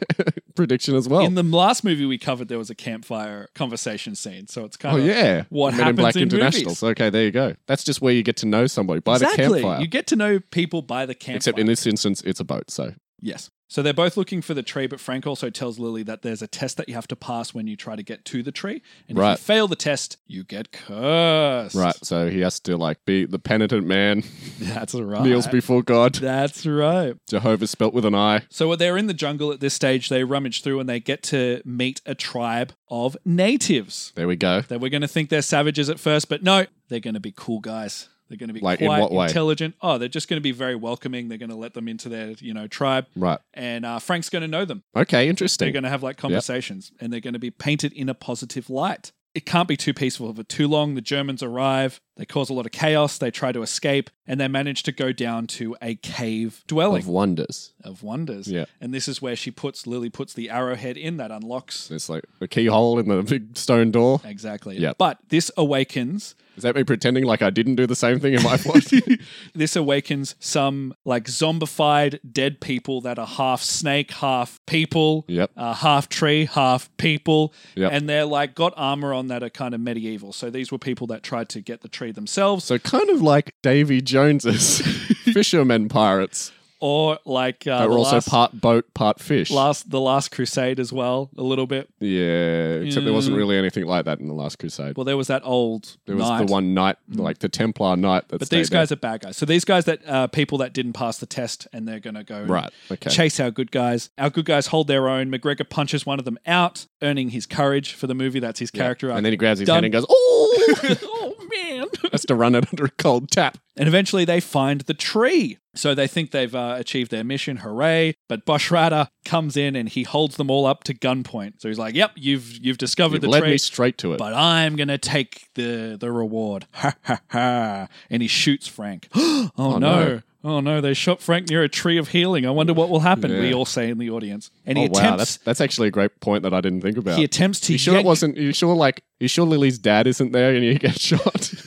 S2: prediction as well.
S3: in the last movie we covered, there was a campfire conversation scene. So it's kind
S2: oh
S3: of
S2: yeah,
S3: what
S2: Men in
S3: happens
S2: Black
S3: in
S2: Internationals. Okay, there you go. That's just where you get to know somebody by
S3: exactly.
S2: the campfire.
S3: You get to know people by the campfire.
S2: Except in this instance, it's a boat. So
S3: Yes. So they're both looking for the tree, but Frank also tells Lily that there's a test that you have to pass when you try to get to the tree. And
S2: Right.
S3: if you fail the test, you get cursed.
S2: right, so he has to like be the penitent man,
S3: That's right.
S2: kneels before God.
S3: That's right.
S2: Jehovah spelt with an I.
S3: So they're in the jungle at this stage. They rummage through and they get to meet a tribe of natives.
S2: There we go.
S3: They were going to think they're savages at first, but no, they're going to be cool guys. They're going to be
S2: Like, in
S3: quite
S2: what way?
S3: intelligent. Oh, they're just going to be very welcoming. They're going to let them into their, you know, tribe.
S2: Right.
S3: And uh, Frank's going to know them.
S2: Okay.
S3: They're
S2: Interesting.
S3: going to have like conversations and they're going to be painted in a positive light. It can't be too peaceful for too long. The Germans arrive, they cause a lot of chaos, they try to escape, and they manage to go down to a cave dwelling
S2: Of wonders.
S3: of wonders.
S2: Yeah.
S3: And this is where she puts Lily puts the arrowhead in that unlocks.
S2: There's like a keyhole in the big stone door.
S3: Exactly.
S2: Yeah.
S3: But this awakens
S2: Is that me pretending like I didn't do the same thing in my plot?
S3: this awakens some like zombified dead people that are half snake, half people,
S2: Yep.
S3: uh, half tree, half people,
S2: Yep.
S3: and they're like got armor on that are kind of medieval. So these were people that tried to get the tree themselves,
S2: so kind of like Davy Jones's fishermen pirates.
S3: or like uh,
S2: They
S3: the
S2: were also
S3: last,
S2: part boat, part fish.
S3: last the last crusade as well, a little bit.
S2: yeah, except there wasn't
S3: Yeah.
S2: really anything like that in the Last Crusade.
S3: Well, there was that old
S2: there was
S3: knight.
S2: the one knight, like the Templar knight. That
S3: Mm. but
S2: stayed
S3: these
S2: there.
S3: guys are bad guys. So these guys that uh, people that didn't pass the test, and they're gonna go and
S2: right? Okay,
S3: chase our good guys. Our good guys hold their own. McGregor punches one of them out, earning his courage for the movie. That's his character arc.
S2: and then he grabs his
S3: Done.
S2: hand and goes, "Oh!"
S3: oh man!
S2: has to run it under a cold tap.
S3: and eventually they find the tree. So they think they've uh, achieved their mission. Hooray! But Boshrada comes in and he holds them all up to gunpoint. So he's like, "Yep, you've you've discovered
S2: It
S3: the
S2: led
S3: tree."
S2: me straight to it.
S3: but I'm gonna take the the reward. Ha ha ha! And he shoots Frank. oh, no.
S2: no.
S3: Oh no! They shot Frank near a tree of healing. I wonder what will happen.
S2: Yeah.
S3: We all say in the audience, and
S2: oh
S3: he
S2: wow,
S3: attempts.
S2: that's that's actually a great point that I didn't think about.
S3: he attempts to
S2: you sure
S3: yank-
S2: it wasn't? You sure like? You sure Lily's dad isn't there and you get shot?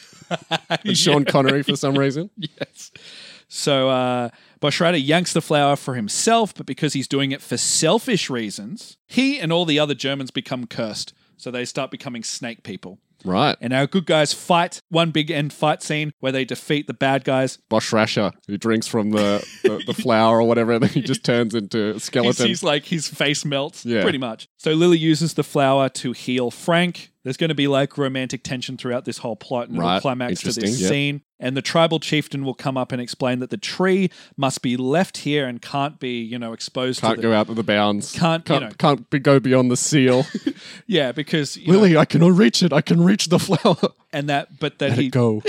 S3: Yeah.
S2: And Sean Connery for some reason.
S3: yes. So uh, Boshrada yanks the flower for himself, but because he's doing it for selfish reasons, he and all the other Germans become cursed. So they start becoming snake people.
S2: Right.
S3: And our good guys fight one big end fight scene where they defeat the bad guys.
S2: Bosch Rasher, who drinks from the, the, the flower or whatever, and then he just turns into a
S3: He
S2: skeleton.
S3: sees like his face melts,
S2: Yeah.
S3: pretty much. So Lily uses the flower to heal Frank. There's going to be like romantic tension throughout this whole plot and
S2: Right.
S3: it'll climax to
S2: Interesting.
S3: this
S2: Yep.
S3: scene. And the tribal chieftain will come up and explain that the tree must be left here and can't be, you know, exposed to
S2: Can't
S3: the
S2: go out of the bounds.
S3: Can't, you
S2: can't,
S3: know.
S2: can't be, go beyond the seal.
S3: Yeah, because you know,
S2: Lily, I cannot reach it. I can reach the flower.
S3: and that, but that
S2: Let
S3: he,
S2: it go.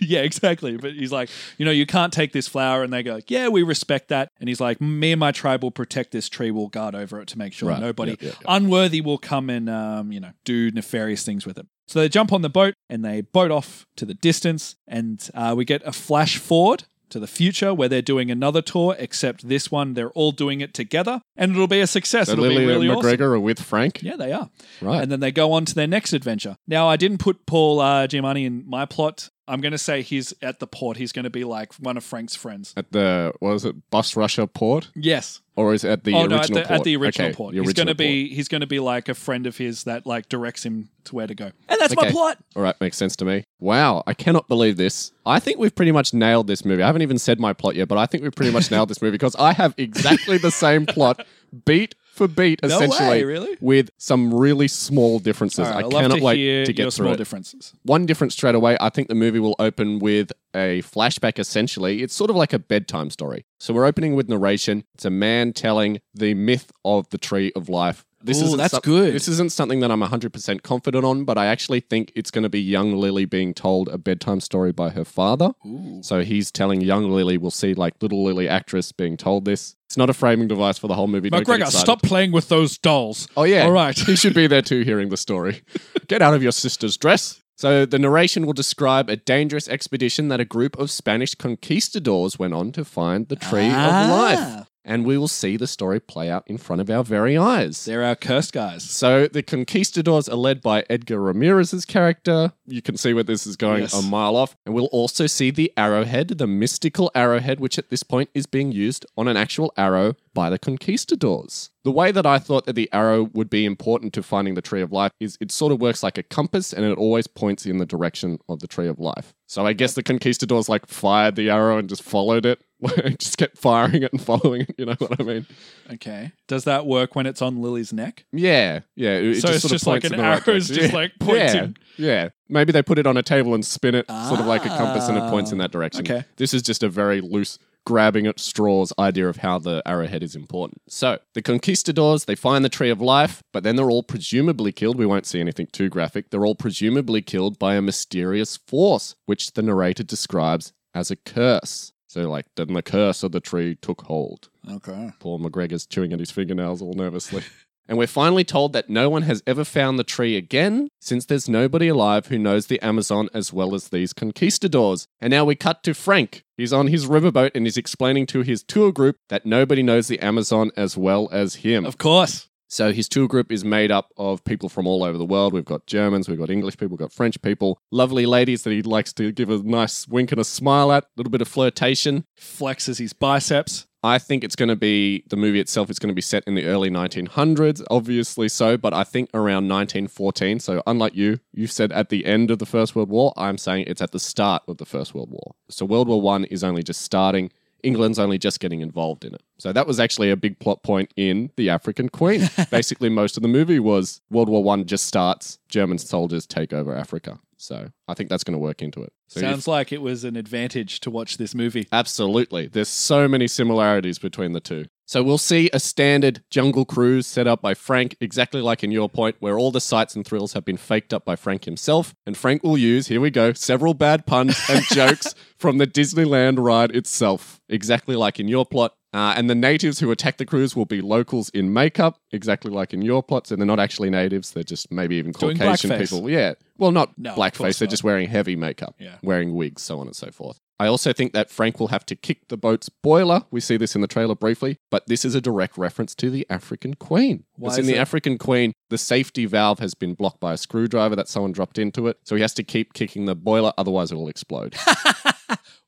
S3: yeah, exactly. But he's like, you know, you can't take this flower, and they go, yeah, we respect that. And he's like, me and my tribe will protect this tree. We'll guard over it to make sure
S2: Right.
S3: nobody
S2: Yeah, yeah, yeah.
S3: unworthy will come and um, you know do nefarious things with it. So they jump on the boat and they boat off to the distance, and uh, we get a flash forward. To the future, where they're doing another tour, except this one, they're all doing it together, and it'll be a success.
S2: So
S3: it'll
S2: Lily
S3: be really
S2: and
S3: awesome.
S2: McGregor are with Frank.
S3: Yeah, they are.
S2: Right.
S3: And then they go on to their next adventure. Now, I didn't put Paul uh, Giamatti in my plot. I'm going to say he's at the port. He's going to be like one of Frank's friends.
S2: At the, what is it, Bus Russia port?
S3: Yes.
S2: Or is it at the
S3: oh
S2: original
S3: no, at the,
S2: port?
S3: at the original
S2: Okay,
S3: port.
S2: the
S3: he's going to
S2: original
S3: be he's going to be like a friend of his that like directs him to where to go. And that's my
S2: Okay.
S3: plot.
S2: All right, makes sense to me. Wow, I cannot believe this. I think we've pretty much nailed this movie. I haven't even said my plot yet, but I think we've pretty much nailed this movie because I have exactly the same plot, beat for beat,
S3: No
S2: essentially,
S3: way, really?
S2: with some really small differences.
S3: All right,
S2: I
S3: I'd love
S2: cannot
S3: to
S2: wait
S3: hear
S2: to get
S3: your
S2: through
S3: small
S2: it.
S3: differences.
S2: One difference straight away. I think the movie will open with a flashback. Essentially, it's sort of like a bedtime story. So we're opening with narration. It's a man telling the myth of the tree of life. This
S3: Ooh,
S2: isn't
S3: that's
S2: some-
S3: good.
S2: This isn't something that I'm 100% confident on, but I actually think it's going to be young Lily being told a bedtime story by her father.
S3: Ooh.
S2: So he's telling young Lily, we'll see like little Lily actress being told this. It's not a framing device for the whole movie. Don't get
S3: McGregor,
S2: excited.
S3: stop playing with those dolls.
S2: Oh yeah.
S3: All right.
S2: he should be there too hearing the story. Get out of your sister's dress. So the narration will describe a dangerous expedition that a group of Spanish conquistadors went on to find the tree of life.
S3: Ah.
S2: And we will see the story play out in front of our very eyes.
S3: They're our cursed guys.
S2: So the conquistadors are led by Edgar Ramirez's character. You can see where this is going
S3: Yes.
S2: a mile off. And we'll also see the arrowhead, the mystical arrowhead, which at this point is being used on an actual arrow by the conquistadors. The way that I thought that the arrow would be important to finding the tree of life is it sort of works like a compass and it always points in the direction of the tree of life. So I guess the conquistadors like fired the arrow and just followed it. just kept firing it and following it, you know what I mean?
S3: Okay. Does that work when it's on Lily's neck?
S2: Yeah, yeah. It, it
S3: So it's
S2: sort of
S3: just like
S2: points in
S3: an
S2: the right
S3: arrow is
S2: direction.
S3: just,
S2: Yeah.
S3: like, pointing.
S2: Yeah, yeah. Maybe they put it on a table and spin it, sort of like a compass, and it points in
S3: Ah.
S2: that direction.
S3: Okay.
S2: This is just a very loose grabbing at straws idea of how the arrowhead is important. So the conquistadors they find the tree of life, but then they're all presumably killed. We won't see anything too graphic. They're all presumably killed by a mysterious force, which the narrator describes as a curse. So like then the curse of the tree took hold.
S3: Okay.
S2: Paul McGregor's chewing at his fingernails all nervously. and we're finally told that no one has ever found the tree again, since there's nobody alive who knows the Amazon as well as these conquistadors. And now we cut to Frank. He's on his riverboat and he's explaining to his tour group that nobody knows the Amazon as well as him.
S3: Of course.
S2: So his tour group is made up of people from all over the world. We've got Germans, we've got English people, we've got French people, lovely ladies that he likes to give a nice wink and a smile at, a little bit of flirtation.
S3: Flexes his biceps.
S2: I think it's going to be the movie itself is going to be set in the early 1900s, obviously so, but I think around 1914. So, unlike you, you said at the end of the First World War, I'm saying it's at the start of the First World War. So, World War One is only just starting. England's only just getting involved in it. So that was actually a big plot point in The African Queen. Basically, most of the movie was World War One just starts, German soldiers take over Africa. So I think that's going to work into it. So you
S3: Sounds like it was an advantage to watch this movie.
S2: Absolutely. There's so many similarities between the two. So we'll see a standard jungle cruise set up by Frank, exactly like in your point, where all the sights and thrills have been faked up by Frank himself. And Frank will use, here we go, several bad puns and jokes from the Disneyland ride itself, exactly like in your plot. Uh, and the natives who attack the cruise will be locals in makeup, exactly like in your plot. So they're not actually natives; they're just maybe even
S3: Doing
S2: Caucasian
S3: blackface.
S2: people. Yeah, well, not
S3: No, of
S2: blackface.
S3: course
S2: They're
S3: not.
S2: just wearing heavy makeup,
S3: Yeah.
S2: wearing wigs, so on and so forth. I also think that Frank will have to kick the boat's boiler. We see this in the trailer briefly, but this is a direct reference to the African Queen.
S3: Why
S2: Because in
S3: is
S2: the
S3: it-
S2: African Queen, the safety valve has been blocked by a screwdriver that someone dropped into it. So he has to keep kicking the boiler, otherwise it'll explode.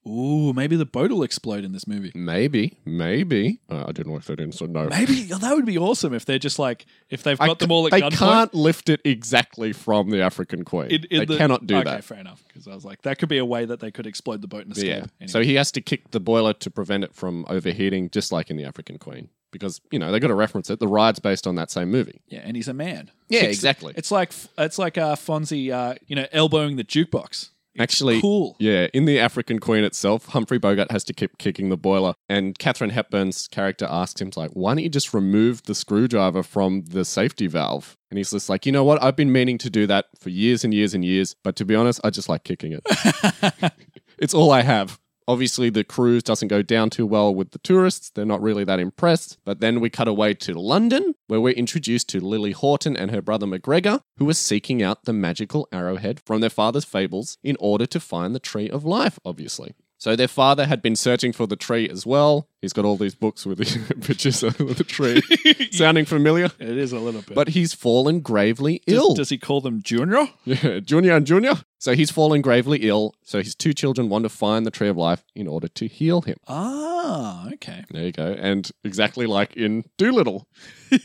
S3: Ooh, maybe the boat will explode in this movie.
S2: maybe, maybe. Uh, I didn't work that in, so no.
S3: Maybe oh, that would be awesome if they're just like if they've
S2: I
S3: got them
S2: ca-
S3: all at
S2: they
S3: gunpoint.
S2: can't lift it exactly from the African Queen.
S3: in- in
S2: they
S3: the-
S2: cannot do
S3: okay,
S2: that.
S3: fair enough. Because I was like, that could be a way that they could explode the boat and escape.
S2: Yeah.
S3: Anyway.
S2: So he has to kick the boiler to prevent it from overheating, just like in the African Queen. Because, you know, they got to reference it. The ride's based on that same movie.
S3: yeah, and he's a man.
S2: Yeah,
S3: Kicks-
S2: exactly.
S3: It's like it's like uh, Fonzie, uh, you know, elbowing the jukebox.
S2: Actually,
S3: Cool.
S2: yeah, in the African Queen itself, Humphrey Bogart has to keep kicking the boiler, and Catherine Hepburn's character asks him, like, why don't you just remove the screwdriver from the safety valve? And he's just like, you know what? I've been meaning to do that for years and years and years, but to be honest, I just like kicking it. it's all I have. Obviously, the cruise doesn't go down too well with the tourists. They're not really that impressed. But then we cut away to London, where we're introduced to Lily Horton and her brother McGregor, who are seeking out the magical arrowhead from their father's fables in order to find the tree of life, obviously. So their father had been searching for the tree as well. He's got all these books with the pictures of the tree. Sounding familiar?
S3: It is a little bit.
S2: But he's fallen gravely
S3: does,
S2: ill.
S3: does he call them Junior?
S2: Yeah, Junior and Junior. So he's fallen gravely ill. So his two children want to find the tree of life in order to heal him.
S3: Ah, okay.
S2: There you go. And exactly like in Doolittle,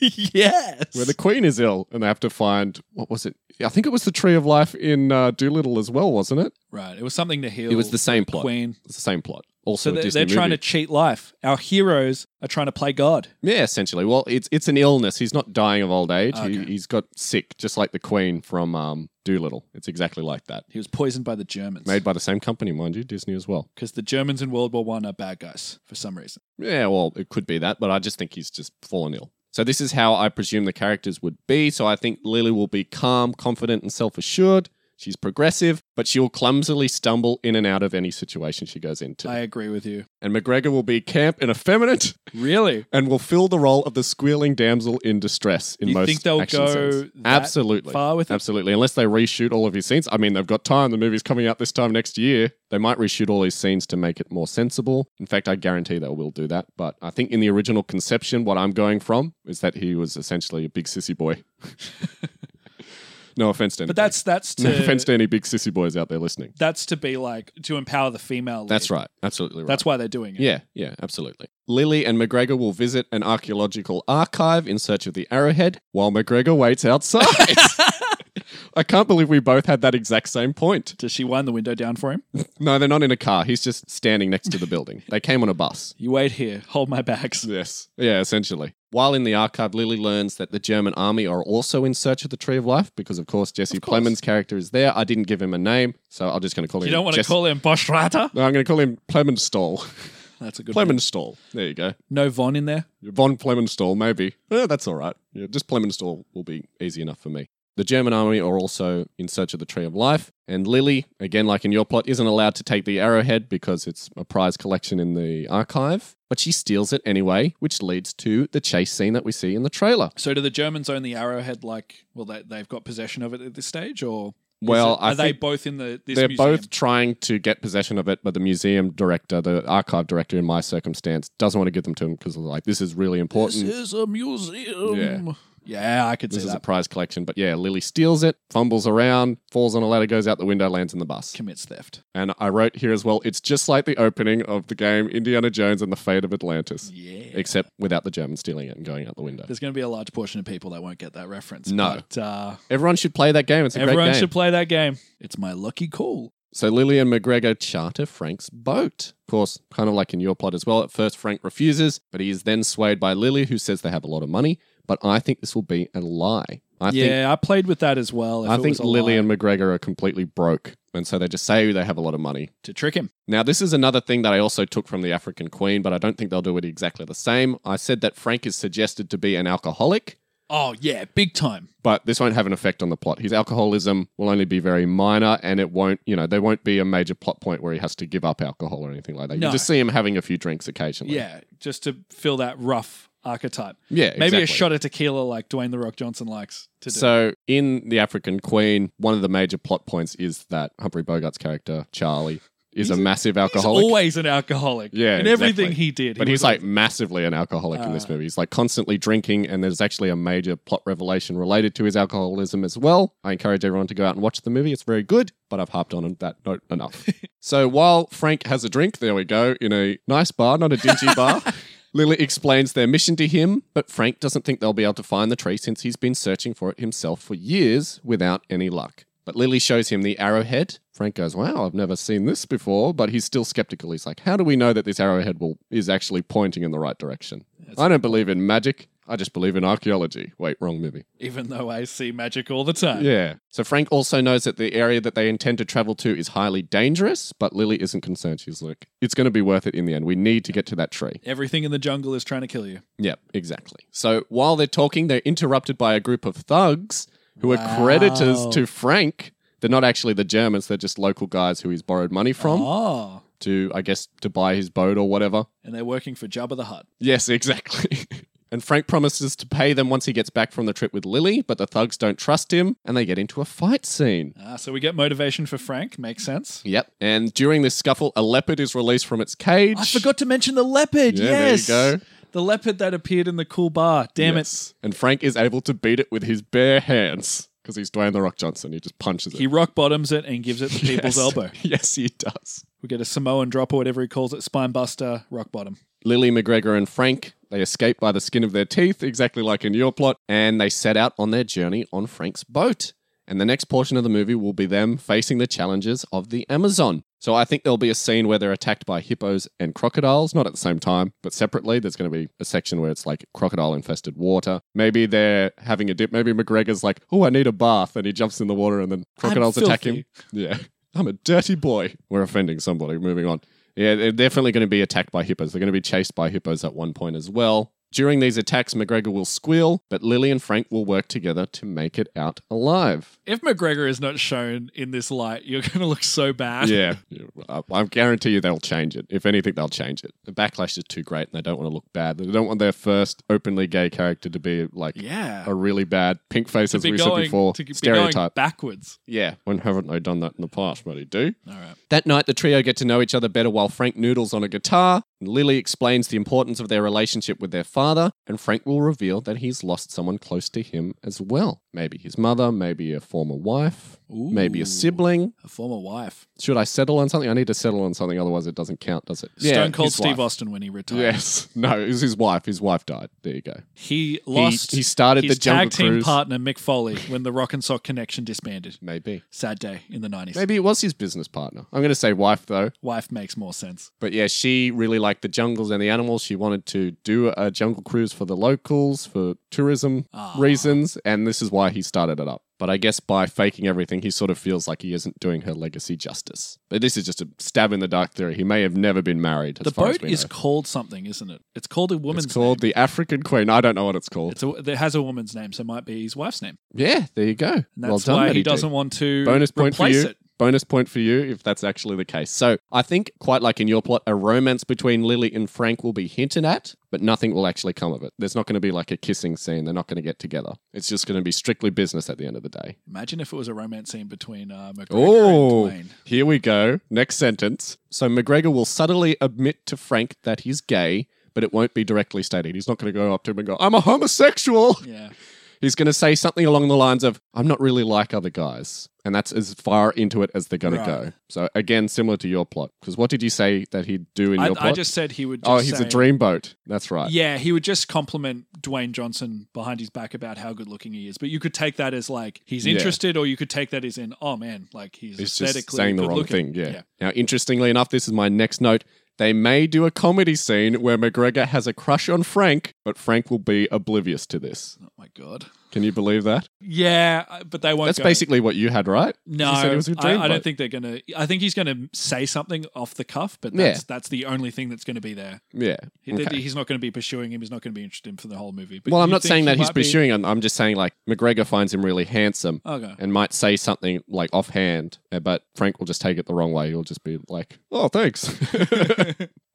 S3: yes.
S2: where the queen is ill and they have to find, what was it? I think it was the tree of life in uh, Doolittle as well, wasn't it?
S3: right. It was something to heal.
S2: It was the same plot.
S3: Queen.
S2: It's the same plot. Also,
S3: So
S2: a
S3: they're,
S2: Disney
S3: they're trying
S2: movie.
S3: to cheat life. Our heroes are trying to play God.
S2: Yeah, essentially. Well, it's it's an illness. He's not dying of old age. He,
S3: Okay.
S2: he's got sick, just like the Queen from um, Doolittle. It's exactly like that.
S3: He was poisoned by the Germans.
S2: Made by the same company, mind you, Disney as well.
S3: because the Germans in World War One are bad guys for some reason.
S2: Yeah, well, it could be that, but I just think he's just fallen ill. So this is how I presume the characters would be. So I think Lily will be calm, confident, and self-assured. She's progressive, but she'll clumsily stumble in and out of any situation she goes into.
S3: I agree with you.
S2: and McGregor will be camp and effeminate,
S3: Really?
S2: and will fill the role of the squealing damsel in distress in
S3: You
S2: most
S3: think they'll
S2: action
S3: go
S2: scenes.
S3: that
S2: Absolutely.
S3: Far with it.
S2: Absolutely. Unless they reshoot all of his scenes. I mean, they've got time. The movie's coming out this time next year. They might reshoot all these scenes to make it more sensible. In fact, I guarantee they will do that. But I think in the original conception, what I'm going from is that he was essentially a big sissy boy. no offense to anybody.
S3: But that's that's
S2: no offense
S3: to
S2: to any big sissy boys out there listening.
S3: that's to be like to empower the female. lead.
S2: That's right. Absolutely right.
S3: That's why they're doing it.
S2: Yeah, yeah, absolutely. Lily and McGregor will visit an archaeological archive in search of the arrowhead while McGregor waits outside. I can't believe we both had that exact same point.
S3: Does she wind the window down for him?
S2: No, they're not in a car. He's just standing next to the building. They came on a bus.
S3: You wait here. Hold my bags.
S2: Yes. Yeah, essentially. While in the archive, Lily learns that the German army are also in search of the Tree of Life because, of course, Jesse
S3: Of course.
S2: Plemons' character is there. I didn't give him a name, so I'm just going to call
S3: You
S2: him.
S3: don't want to
S2: Jesse-
S3: call him Boschrata?
S2: No, I'm going to call him Plemenstall.
S3: That's a good one.
S2: Plemenstall. There you go.
S3: No Von in there.
S2: Von Plemenstall, maybe. Eh, that's all right. Yeah, just Plemenstall will be easy enough for me. The German army are also in search of the Tree of Life, and Lily, again, like in your plot, isn't allowed to take the arrowhead because it's a prize collection in the archive, but she steals it anyway, which leads to the chase scene that we see in the trailer.
S3: So do the Germans own the arrowhead? Like, well, they, they've got possession of it at this stage, or is
S2: Well,
S3: it-
S2: I
S3: are they
S2: think
S3: both in the? This
S2: They're
S3: museum?
S2: both trying to get possession of it, but the museum director, the archive director in my circumstance, doesn't want to give them to him because, like, this is really important.
S3: This is a museum. Yeah, I could
S2: This
S3: see
S2: is a
S3: that.
S2: prize collection, but yeah, Lily steals it, fumbles around, falls on a ladder, goes out the window, lands in the bus.
S3: Commits theft.
S2: And I wrote here as well, it's just like the opening of the game Indiana Jones and the Fate of Atlantis,
S3: Yeah.
S2: except without the Germans stealing it and going out the window.
S3: There's going to be a large portion of people that won't get that reference.
S2: No.
S3: But, uh,
S2: Everyone should play that game. It's a
S3: everyone
S2: great game.
S3: should play that game. It's my lucky call.
S2: So Lily and McGregor charter Frank's boat. Of course, kind of like in your plot as well. At first, Frank refuses, but he is then swayed by Lily, who says they have a lot of money. But I think this will be a lie. I
S3: yeah,
S2: think
S3: I played with that as well. If
S2: I
S3: it
S2: think
S3: was a
S2: Lily
S3: lie,
S2: and McGregor are completely broke, and so they just say they have a lot of money.
S3: to trick him.
S2: Now, this is another thing that I also took from the African Queen, but I don't think they'll do it exactly the same. I said that Frank is suggested to be an alcoholic,
S3: Oh yeah, big time.
S2: but this won't have an effect on the plot. His alcoholism will only be very minor, and it won't, you know, there won't be a major plot point where he has to give up alcohol or anything like that.
S3: No.
S2: You just see him having a few drinks occasionally.
S3: Yeah, just to fill that rough archetype.
S2: Yeah.
S3: Maybe
S2: exactly.
S3: a shot of tequila like Dwayne the Rock Johnson likes to do.
S2: So, in The African Queen, one of the major plot points is that Humphrey Bogart's character, Charlie, is
S3: He's-
S2: a massive
S3: he's
S2: alcoholic.
S3: always an alcoholic.
S2: Yeah,
S3: in everything
S2: exactly.
S3: he did.
S2: But
S3: he
S2: he's
S3: was
S2: like massively an alcoholic in this
S3: Ah.
S2: movie. He's like constantly drinking, and there's actually a major plot revelation related to his alcoholism as well. I encourage everyone to go out and watch the movie. It's very good, but I've harped on that note enough. so while Frank has a drink, there we go, in a nice bar, not a dingy bar. Lily explains their mission to him, but Frank doesn't think they'll be able to find the tree since he's been searching for it himself for years without any luck. But Lily shows him the arrowhead. Frank goes, "Wow, I've never seen this before," but he's still skeptical. He's like, "How do we know that this arrowhead will is actually pointing in the right direction?" I don't believe in magic. I just believe in archaeology. Wait, wrong movie.
S3: even though I see magic all the time.
S2: Yeah. So Frank also knows that the area that they intend to travel to is highly dangerous, but Lily isn't concerned. She's like, "It's going to be worth it in the end. We need to get to that tree."
S3: Everything in the jungle is trying to kill you.
S2: Yep, exactly. So while they're talking, they're interrupted by a group of thugs who are creditors
S3: Wow.
S2: to Frank. They're not actually the Germans, they're just local guys who he's borrowed money from
S3: Oh.
S2: to, I guess, to buy his boat or whatever.
S3: And they're working for Jabba the Hutt.
S2: Yes, exactly. and Frank promises to pay them once he gets back from the trip with Lily, but the thugs don't trust him and they get into a fight scene.
S3: Ah, so we get motivation for Frank. Makes sense.
S2: Yep. And during this scuffle, a leopard is released from its cage.
S3: I forgot to mention the leopard.
S2: Yeah, there you
S3: yes.
S2: go.
S3: The leopard that appeared in the cool bar. Damn
S2: Yes. And Frank is able to beat it with his bare hands because he's Dwayne The Rock Johnson. He just punches
S3: it.
S2: it.
S3: He rock bottoms it and gives it the people's
S2: Yes.
S3: elbow.
S2: Yes, he does.
S3: We get a Samoan drop or whatever he calls it, spine buster, rock bottom.
S2: Lily, McGregor, and Frank, they escape by the skin of their teeth, exactly like in your plot, and they set out on their journey on Frank's boat. And the next portion of the movie will be them facing the challenges of the Amazon. So I think there'll be a scene where they're attacked by hippos and crocodiles, not at the same time, but separately. There's going to be a section where it's like crocodile infested water. Maybe they're having a dip. Maybe McGregor's like, oh, I need a bath. And he jumps in the water and then crocodiles attack him. Yeah. I'm a dirty boy. We're offending somebody. Moving on. Yeah, they're definitely going to be attacked by hippos. They're going to be chased by hippos at one point as well. During these attacks, McGregor will squeal, but Lily and Frank will work together to make it out alive.
S3: If McGregor is not shown in this light, you're going to look so bad.
S2: Yeah, I I guarantee you they'll change it. If anything, they'll change it. The backlash is too great, and they don't want to look bad. They don't want their first openly gay character to be like
S3: Yeah.
S2: a really bad pink face, as
S3: To be
S2: we said
S3: going-
S2: before.
S3: to be going
S2: stereotype.
S3: backwards.
S2: Yeah, when haven't they done that in the past, buddy? Do.
S3: All right.
S2: That night, the trio get to know each other better while Frank noodles on a guitar. Lily explains the importance of their relationship with their father, and Frank will reveal that he's lost someone close to him as well. Maybe his mother, maybe a former wife, maybe a
S3: Ooh.
S2: sibling.
S3: A former wife.
S2: Should I settle on something? I need to settle on something, otherwise it doesn't count, does it?
S3: Stone Cold
S2: his
S3: Steve
S2: wife.
S3: Austin when he retired.
S2: Yes. No, it was his wife. His wife died. There you go.
S3: He lost
S2: he, he started
S3: his
S2: the Jungle
S3: tag team
S2: Cruise.
S3: partner Mick Foley when the Rock and Sock Connection disbanded.
S2: Maybe.
S3: Sad day in the 90s.
S2: Maybe it was his business partner. I'm going to say wife, though.
S3: Wife makes more sense.
S2: But yeah, she really liked the jungles and the animals. She wanted to do a jungle cruise for the locals for tourism
S3: Ah.
S2: reasons, and this is why he started it up. But I guess by faking everything, he sort of feels like he isn't doing her legacy justice. But this is just a stab in the dark theory. He may have never been married. As
S3: The
S2: far as
S3: boat
S2: we
S3: is
S2: know.
S3: called something, isn't it? It's called a woman's
S2: it's called
S3: name.
S2: the African Queen. I don't know what it's called.
S3: It's a, it has a woman's name, so it might be his wife's name.
S2: yeah, there you go.
S3: And that's
S2: well done,
S3: why
S2: Matty
S3: he
S2: D.
S3: doesn't want to
S2: Bonus point for
S3: replace
S2: you.
S3: it.
S2: Bonus point for you if that's actually the case. So I think, quite like in your plot, a romance between Lily and Frank will be hinted at, but nothing will actually come of it. There's not going to be like a kissing scene. They're not going to get together. It's just going to be strictly business at the end of the day.
S3: Imagine if it was a romance scene between uh, McGregor
S2: Oh,
S3: and Dwayne.
S2: here we go. Next sentence. So McGregor will subtly admit to Frank that he's gay, but it won't be directly stated. He's not going to go up to him and go, I'm a homosexual.
S3: Yeah.
S2: He's going to say something along the lines of, I'm not really like other guys. And that's as far into it as they're going
S3: Right.
S2: to go. So, again, similar to your plot. Because what did you say that he'd do in
S3: I,
S2: your
S3: I
S2: plot?
S3: just said he would just
S2: oh, he's
S3: say-
S2: a dreamboat. That's right.
S3: Yeah, he would just compliment Dwayne Johnson behind his back about how good looking he is. But you could take that as like he's
S2: Yeah.
S3: interested, or you could take that as in, oh man, like he's,
S2: He's
S3: aesthetically
S2: just saying the
S3: good
S2: wrong
S3: looking.
S2: thing. Yeah. Now, interestingly enough, this is my next note. They may do a comedy scene where McGregor has a crush on Frank, but Frank will be oblivious to this.
S3: Oh my god.
S2: Can you believe that?
S3: Yeah, I- but they won't.
S2: That's
S3: go-
S2: basically what you had, right?
S3: No,
S2: You said it was a
S3: I, I
S2: dreamboat.
S3: don't think they're gonna. I think he's gonna say something off the cuff, but
S2: Yeah.
S3: that's that's the only thing that's gonna be there.
S2: Yeah.
S3: He-
S2: Okay.
S3: He's not gonna be pursuing him. He's not gonna be interested in him for the whole movie. But
S2: Well, I'm
S3: you
S2: not
S3: think
S2: saying
S3: he
S2: that he's
S3: might be-
S2: pursuing him. I'm just saying, like, McGregor finds him really handsome.
S3: Okay.
S2: and might say something like offhand, uh, but Frank will just take it the wrong way. He'll just be like, oh, thanks.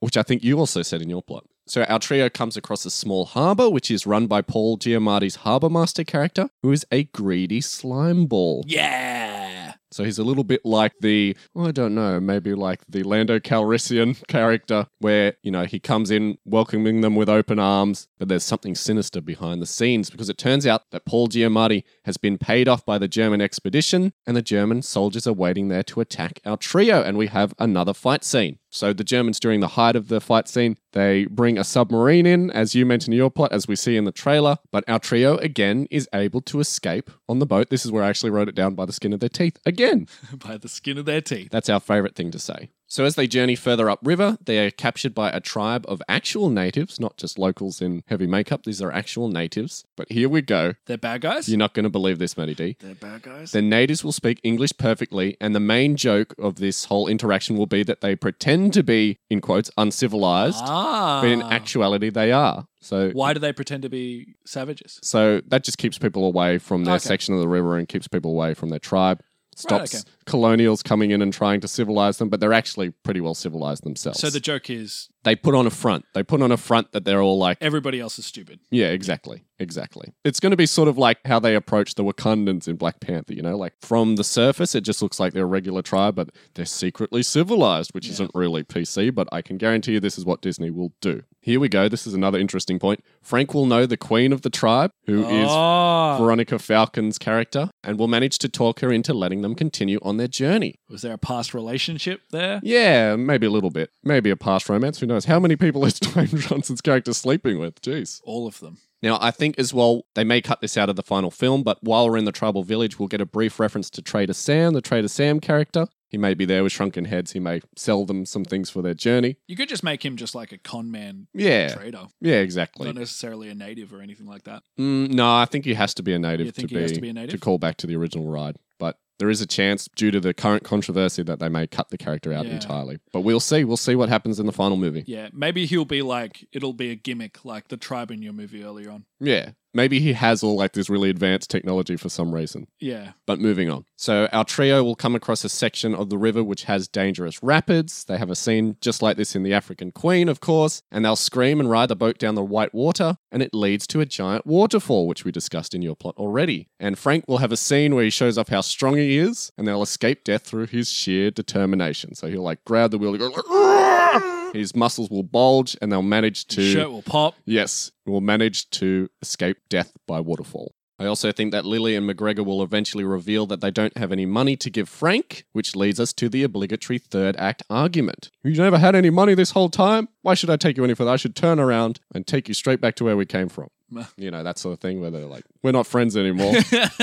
S2: which I think you also said in your plot. So our trio comes across a small harbour, which is run by Paul Giamatti's harbour master character, who is a greedy slime ball.
S3: Yeah.
S2: So he's a little bit like the, well, I don't know, maybe like the Lando Calrissian character, where, you know, he comes in welcoming them with open arms, but there's something sinister behind the scenes because it turns out that Paul Giamatti has been paid off by the German expedition, and the German soldiers are waiting there to attack our trio, and we have another fight scene. So the Germans, during the height of the fight scene, they bring a submarine in, as you mentioned in your plot, as we see in the trailer. But our trio again is able to escape on the boat. This is where I actually wrote it down by the skin of their teeth again.
S3: By the skin of their teeth.
S2: That's our favorite thing to say. So, as they journey further upriver, they are captured by a tribe of actual natives, not just locals in heavy makeup. These are actual natives. But here we go.
S3: They're bad guys.
S2: You're not going to believe this, Matty D.
S3: They're bad guys.
S2: The natives will speak English perfectly, and the main joke of this whole interaction will be that they pretend to be, in quotes, uncivilized,
S3: ah.
S2: but in actuality, they are. So,
S3: Why do they pretend to be savages?
S2: So that just keeps people away from their
S3: Okay.
S2: section of the river and keeps people away from their tribe. Stops
S3: okay.
S2: colonials coming in and trying to civilize them, but they're actually pretty well civilized themselves.
S3: So the joke is
S2: they put on a front. They put on a front that they're all like,
S3: everybody else is stupid.
S2: yeah, exactly, exactly. It's going to be sort of like how they approach the Wakandans in Black Panther. You know, like from the surface, it just looks like they're a regular tribe, but they're secretly civilized, which isn't really PC. But I can guarantee you, this is what Disney will do. Here we go. This is another interesting point. Frank will know the queen of the tribe, who is.
S3: Ah.
S2: Veronica Falcon's character, and will manage to talk her into letting them continue on their journey.
S3: Was there a past relationship there?
S2: Yeah, maybe a little bit. Maybe a past romance. Who knows? How many people is Dwayne Johnson's character sleeping with? Jeez.
S3: All of them.
S2: Now, I think as well, they may cut this out of the final film, but while we're in the tribal village, we'll get a brief reference to Trader Sam, the Trader Sam character, He may be there with shrunken heads. He may sell them some things for their journey.
S3: You could just make him just like a con man
S2: Yeah.
S3: trader,
S2: Yeah, exactly.
S3: not necessarily a native or anything like that.
S2: Mm, no, I think he has to be a native
S3: You think
S2: to
S3: he
S2: be,
S3: has to be a native?
S2: to call back to the original ride. But there is a chance due to the current controversy that they may cut the character out
S3: Yeah.
S2: entirely. But we'll see. We'll see what happens in the final movie.
S3: Yeah, maybe he'll be like it'll be a gimmick like the tribe in your movie earlier on.
S2: Yeah. Maybe he has all like this really advanced technology for some reason.
S3: Yeah,
S2: But moving on. So our trio will come across a section of the river which has dangerous rapids. They have a scene just like this in The African Queen, of course, and they'll scream and ride the boat down the white water, and it leads to a giant waterfall, which we discussed in your plot already. And Frank will have a scene where he shows off how strong he is, and they'll escape death through his sheer determination. So he'll like grab the wheel and go like, "Argh!" his muscles will bulge, and they'll manage to
S3: His shirt will pop.
S2: Yes, will manage to escape death by waterfall. I also think that Lily and McGregor will eventually reveal that they don't have any money to give Frank, which leads us to the obligatory third act argument. You never had any money this whole time? Why should I take you any further? I should turn around and take you straight back to where we came from. You know, that sort of thing where they're like, we're not friends anymore.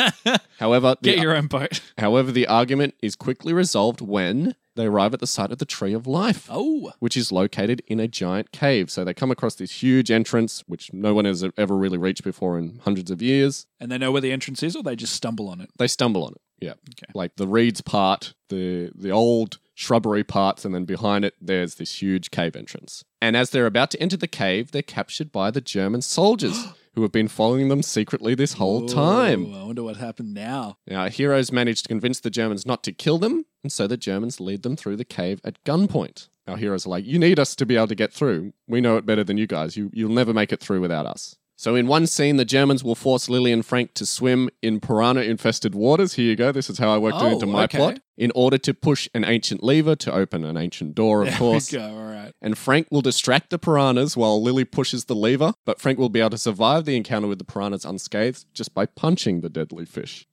S2: however, the,
S3: Get your own boat.
S2: however, the argument is quickly resolved when they arrive at the site of the Tree of Life
S3: Oh,
S2: which is located in a giant cave. So they come across this huge entrance, which no one has ever really reached before in hundreds of years.
S3: and they know where the entrance is, or they just stumble on it.
S2: They stumble on it. Yeah.
S3: Okay.
S2: Like the reeds part, the the old shrubbery parts, and then behind it there's this huge cave entrance. And as they're about to enter the cave, they're captured by the German soldiers who have been following them secretly this whole time.
S3: Ooh, I wonder what happened now.
S2: Now, our heroes manage to convince the Germans not to kill them, and so the Germans lead them through the cave at gunpoint. Our heroes are like, You need us to be able to get through. We know it better than you guys. You, you'll never make it through without us. So, in one scene, the Germans will force Lily and Frank to swim in piranha infested waters. Here you go. This is how I worked
S3: Oh,
S2: it into my
S3: okay.
S2: plot. In order to push an ancient lever to open an ancient door, of
S3: There
S2: course
S3: we go. All right.
S2: and Frank will distract the piranhas while Lily pushes the lever, but Frank will be able to survive the encounter with the piranhas unscathed just by punching the deadly fish.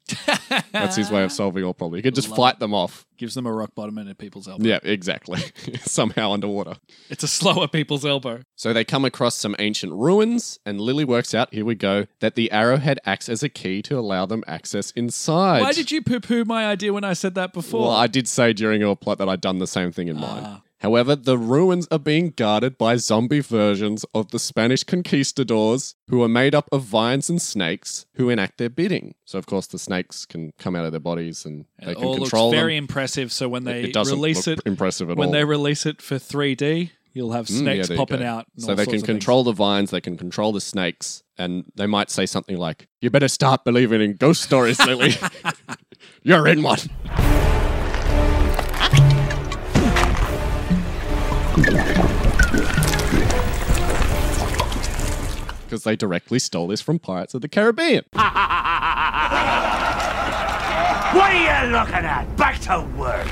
S2: That's his way of solving all problems. He could just
S3: Love
S2: fight them off.
S3: Gives them a rock bottom and a people's elbow.
S2: Yeah, exactly. Somehow underwater.
S3: It's a slower people's elbow.
S2: So they come across some ancient ruins, and Lily works out, here we go, that the arrowhead acts as a key to allow them access inside.
S3: Why did you poo poo my idea when I said that before?
S2: Well, I did say during your plot that I'd done the same thing in mine.
S3: Ah.
S2: However, the ruins are being guarded by zombie versions of the Spanish conquistadors who are made up of vines and snakes who enact their bidding. So, of course, the snakes can come out of their bodies and they
S3: it
S2: can
S3: all looks
S2: control
S3: very
S2: them.
S3: impressive. So when they
S2: it doesn't
S3: release
S2: look
S3: it,
S2: impressive at
S3: when
S2: all.
S3: they release it for 3D, you'll have
S2: Mm, yeah,
S3: snakes
S2: there you
S3: popping
S2: go.
S3: out. and
S2: So
S3: all
S2: they
S3: sorts
S2: can
S3: of things.
S2: control the vines, they can control the snakes, and they might say something like, You better start believing in ghost stories, Lily. You're in one. Because they directly stole this from Pirates of the Caribbean.
S4: What are you looking at? Back to work.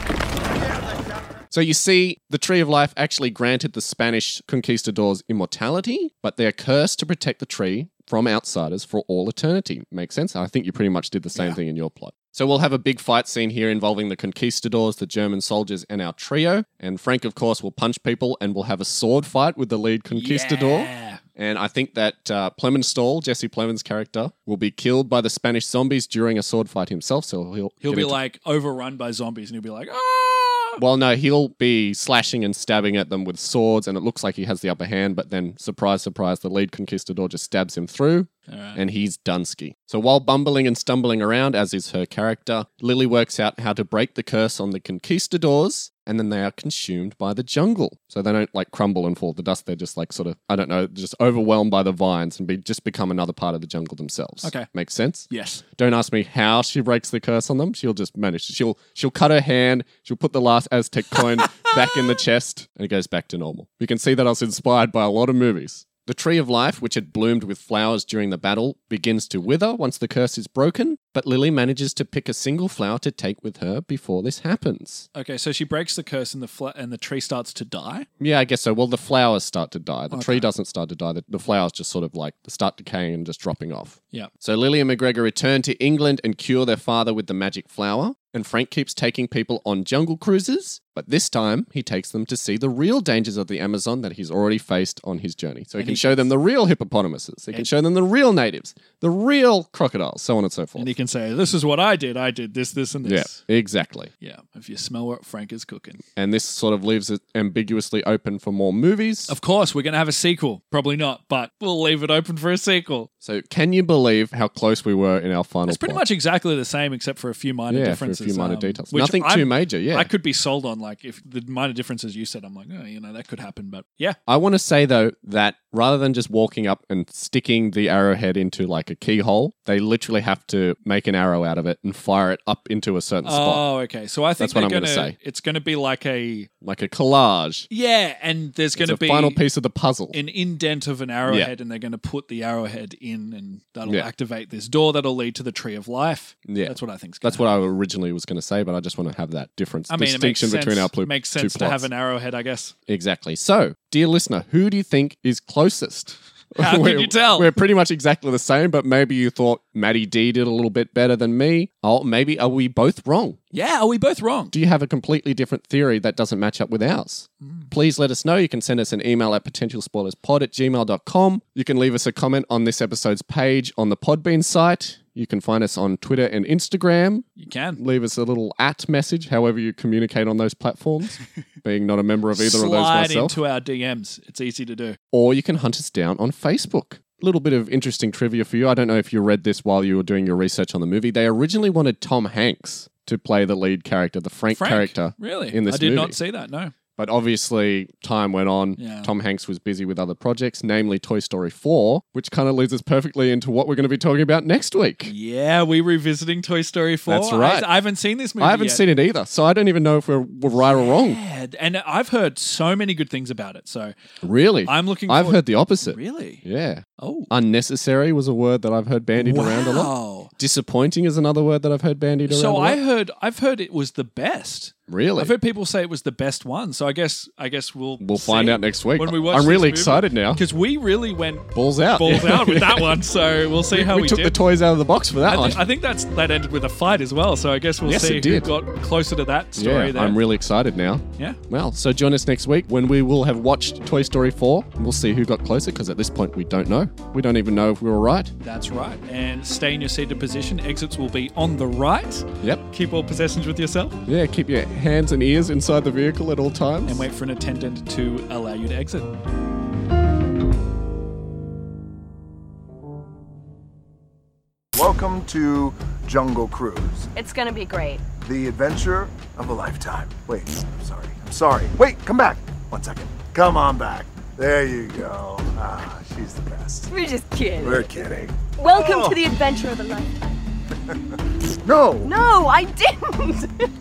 S2: So you see, the Tree of Life actually granted the Spanish conquistadors immortality, but they are cursed to protect the tree from outsiders for all eternity. Makes sense? I think you pretty much did the same thing in your plot. So we'll have a big fight scene here involving the conquistadors, the German soldiers, and our trio. And Frank, of course, will punch people and we'll have a sword fight with the lead conquistador.
S3: Yeah.
S2: And I think that uh, Plemenstall, Jesse Plemons' character, will be killed by the Spanish zombies during a sword fight himself. So he'll
S3: He'll
S2: get
S3: be
S2: into-
S3: like overrun by zombies and he'll be like, ah!
S2: well, no, he'll be slashing and stabbing at them with swords, and it looks like he has the upper hand, but then, surprise, surprise, the lead conquistador just stabs him through, and he's Dunsky. So while bumbling and stumbling around, as is her character, Lily works out how to break the curse on the conquistadors, and then they are consumed by the jungle. So they don't like crumble and fall to dust, they're just like sort of, I don't know, just overwhelmed by the vines and be, just become another part of the jungle themselves.
S3: Okay.
S2: Makes sense?
S3: Yes.
S2: Don't ask me how she breaks the curse on them. She'll just manage. She'll she'll cut her hand. She'll put the last Aztec coin back in the chest, and it goes back to normal. You can see that I was inspired by a lot of movies. The tree of life, which had bloomed with flowers during the battle, begins to wither once the curse is broken. But Lily manages to pick a single flower to take with her before this happens.
S3: Okay, so she breaks the curse and the fla- and the tree starts to die.
S2: Yeah, I guess so. Well, the flowers start to die. The tree doesn't start to die. The, the flowers just sort of like start decaying and just dropping off.
S3: Yeah.
S2: So Lily and McGregor return to England and cure their father with the magic flower. And Frank keeps taking people on jungle cruises, But this time, he takes them to see the real dangers of the Amazon that he's already faced on his journey. So he can show them the real hippopotamuses, he can show them the real natives, the real crocodiles, so on and so forth.
S3: And he can say, This is what I did. I did this, this, and
S2: yeah,
S3: this.
S2: exactly.
S3: Yeah. If you smell what Frank is cooking.
S2: And this sort of leaves it ambiguously open for more movies.
S3: Of course, we're going to have a sequel. Probably not, but we'll leave it open for a sequel.
S2: So, can you believe how close we were in our final?
S3: It's pretty
S2: plot?
S3: much exactly the same, except for a few minor
S2: Yeah, for a
S3: differences. um,
S2: few minor details.
S3: which
S2: Nothing too
S3: I'm-
S2: major, yeah.
S3: I could be sold on, like, if the minor differences you said, I'm like, oh, you know, that could happen. But yeah,
S2: I want to say though that rather than just walking up and sticking the arrowhead into like a keyhole, they literally have to make an arrow out of it and fire it up into a certain spot,
S3: Oh, okay. So I think
S2: That's what
S3: they're
S2: I'm gonna
S3: gonna-
S2: say.
S3: It's going to be like a
S2: like a collage.
S3: yeah, and there's going
S2: It's
S3: to be
S2: a final piece of the puzzle.
S3: an indent of an arrowhead, and they're going to put the arrowhead in, and that'll
S2: Yeah.
S3: activate this door that'll lead to the tree of life.
S2: Yeah.
S3: that's what I think's. Gonna
S2: That's what I originally was going to say, but I just want to have that difference
S3: I mean, it makes
S2: distinction
S3: sense,
S2: between our pl-
S3: makes
S2: two
S3: sense to
S2: plots.
S3: have an arrowhead, I guess.
S2: Exactly. So, dear listener, who do you think is closest?
S3: How can
S2: We're-
S3: you tell?
S2: We're pretty much exactly the same, but maybe you thought Maddie D did a little bit better than me. Oh, maybe are we both wrong?
S3: Yeah, are we both wrong?
S2: Do you have a completely different theory that doesn't match up with ours?
S3: Mm.
S2: Please let us know. You can send us an email at potentialspoilerspod at gmail.com. You can leave us a comment on this episode's page on the Podbean site. You can find us on Twitter and Instagram.
S3: You can
S2: Leave us a little at message, however you communicate on those platforms, being not a member of either of those
S3: slide
S2: myself.
S3: into our DMs. It's easy to do.
S2: or you can hunt us down on Facebook. A little bit of interesting trivia for you. I don't know if you read this while you were doing your research on the movie. They originally wanted Tom Hanks to play the lead character, the Frank,
S3: Frank,
S2: character
S3: really?
S2: in this
S3: I did
S2: movie.
S3: not see that. No.
S2: But obviously, time went on.
S3: Yeah.
S2: Tom Hanks was busy with other projects, namely Toy Story 4, which kind of leads us perfectly into what we're going to be talking about next week.
S3: Yeah, we revisiting Toy Story four.
S2: That's right.
S3: I, I haven't seen this movie.
S2: I haven't
S3: yet.
S2: seen it either, so I don't even know if we're, we're right or wrong.
S3: Yeah, and I've heard so many good things about it. So
S2: Really?
S3: I'm looking.
S2: I've
S3: forward-
S2: heard the opposite.
S3: Really?
S2: Yeah.
S3: Oh,
S2: Unnecessary was a word that I've heard bandied around a lot.
S3: wow.
S2: Disappointing is another word that I've heard bandied around
S3: So
S2: a lot.
S3: I heard. I've heard it was the best.
S2: Really?
S3: I've heard people say it was the best one. So I guess. I guess we'll
S2: We'll find out next week.
S3: when we watch
S2: I'm
S3: this
S2: really
S3: movie.
S2: excited now.
S3: because we really went
S2: Balls out.
S3: balls
S2: Yeah.
S3: out with that one. So we'll see how we,
S2: we took
S3: did.
S2: the toys out of the box for that
S3: I,
S2: one.
S3: thi- I think that's that ended with a fight as well. So I guess we'll
S2: Yes,
S3: see
S2: it
S3: who
S2: did.
S3: got closer to that story.
S2: yeah,
S3: there.
S2: I'm really excited now.
S3: yeah.
S2: Well, so join us next week when we will have watched Toy Story 4. We'll see who got closer because at this point we don't know. We don't even know if we were right.
S3: That's right. And stay in your seated position. Exits will be on the right.
S2: Yep.
S3: Keep all possessions with yourself.
S2: Yeah, keep your hands and ears inside the vehicle at all times.
S3: and wait for an attendant to allow you to exit.
S5: Welcome to Jungle Cruise,
S6: It's gonna be great.
S5: the adventure of a lifetime. Wait, I'm sorry. I'm sorry. Wait, come back. One second. Come on back. There you go. Ah, she's the best.
S6: We're just kidding. Oh.
S5: We're kidding.
S6: Welcome to the adventure of a lifetime.
S5: No!
S6: No, I didn't.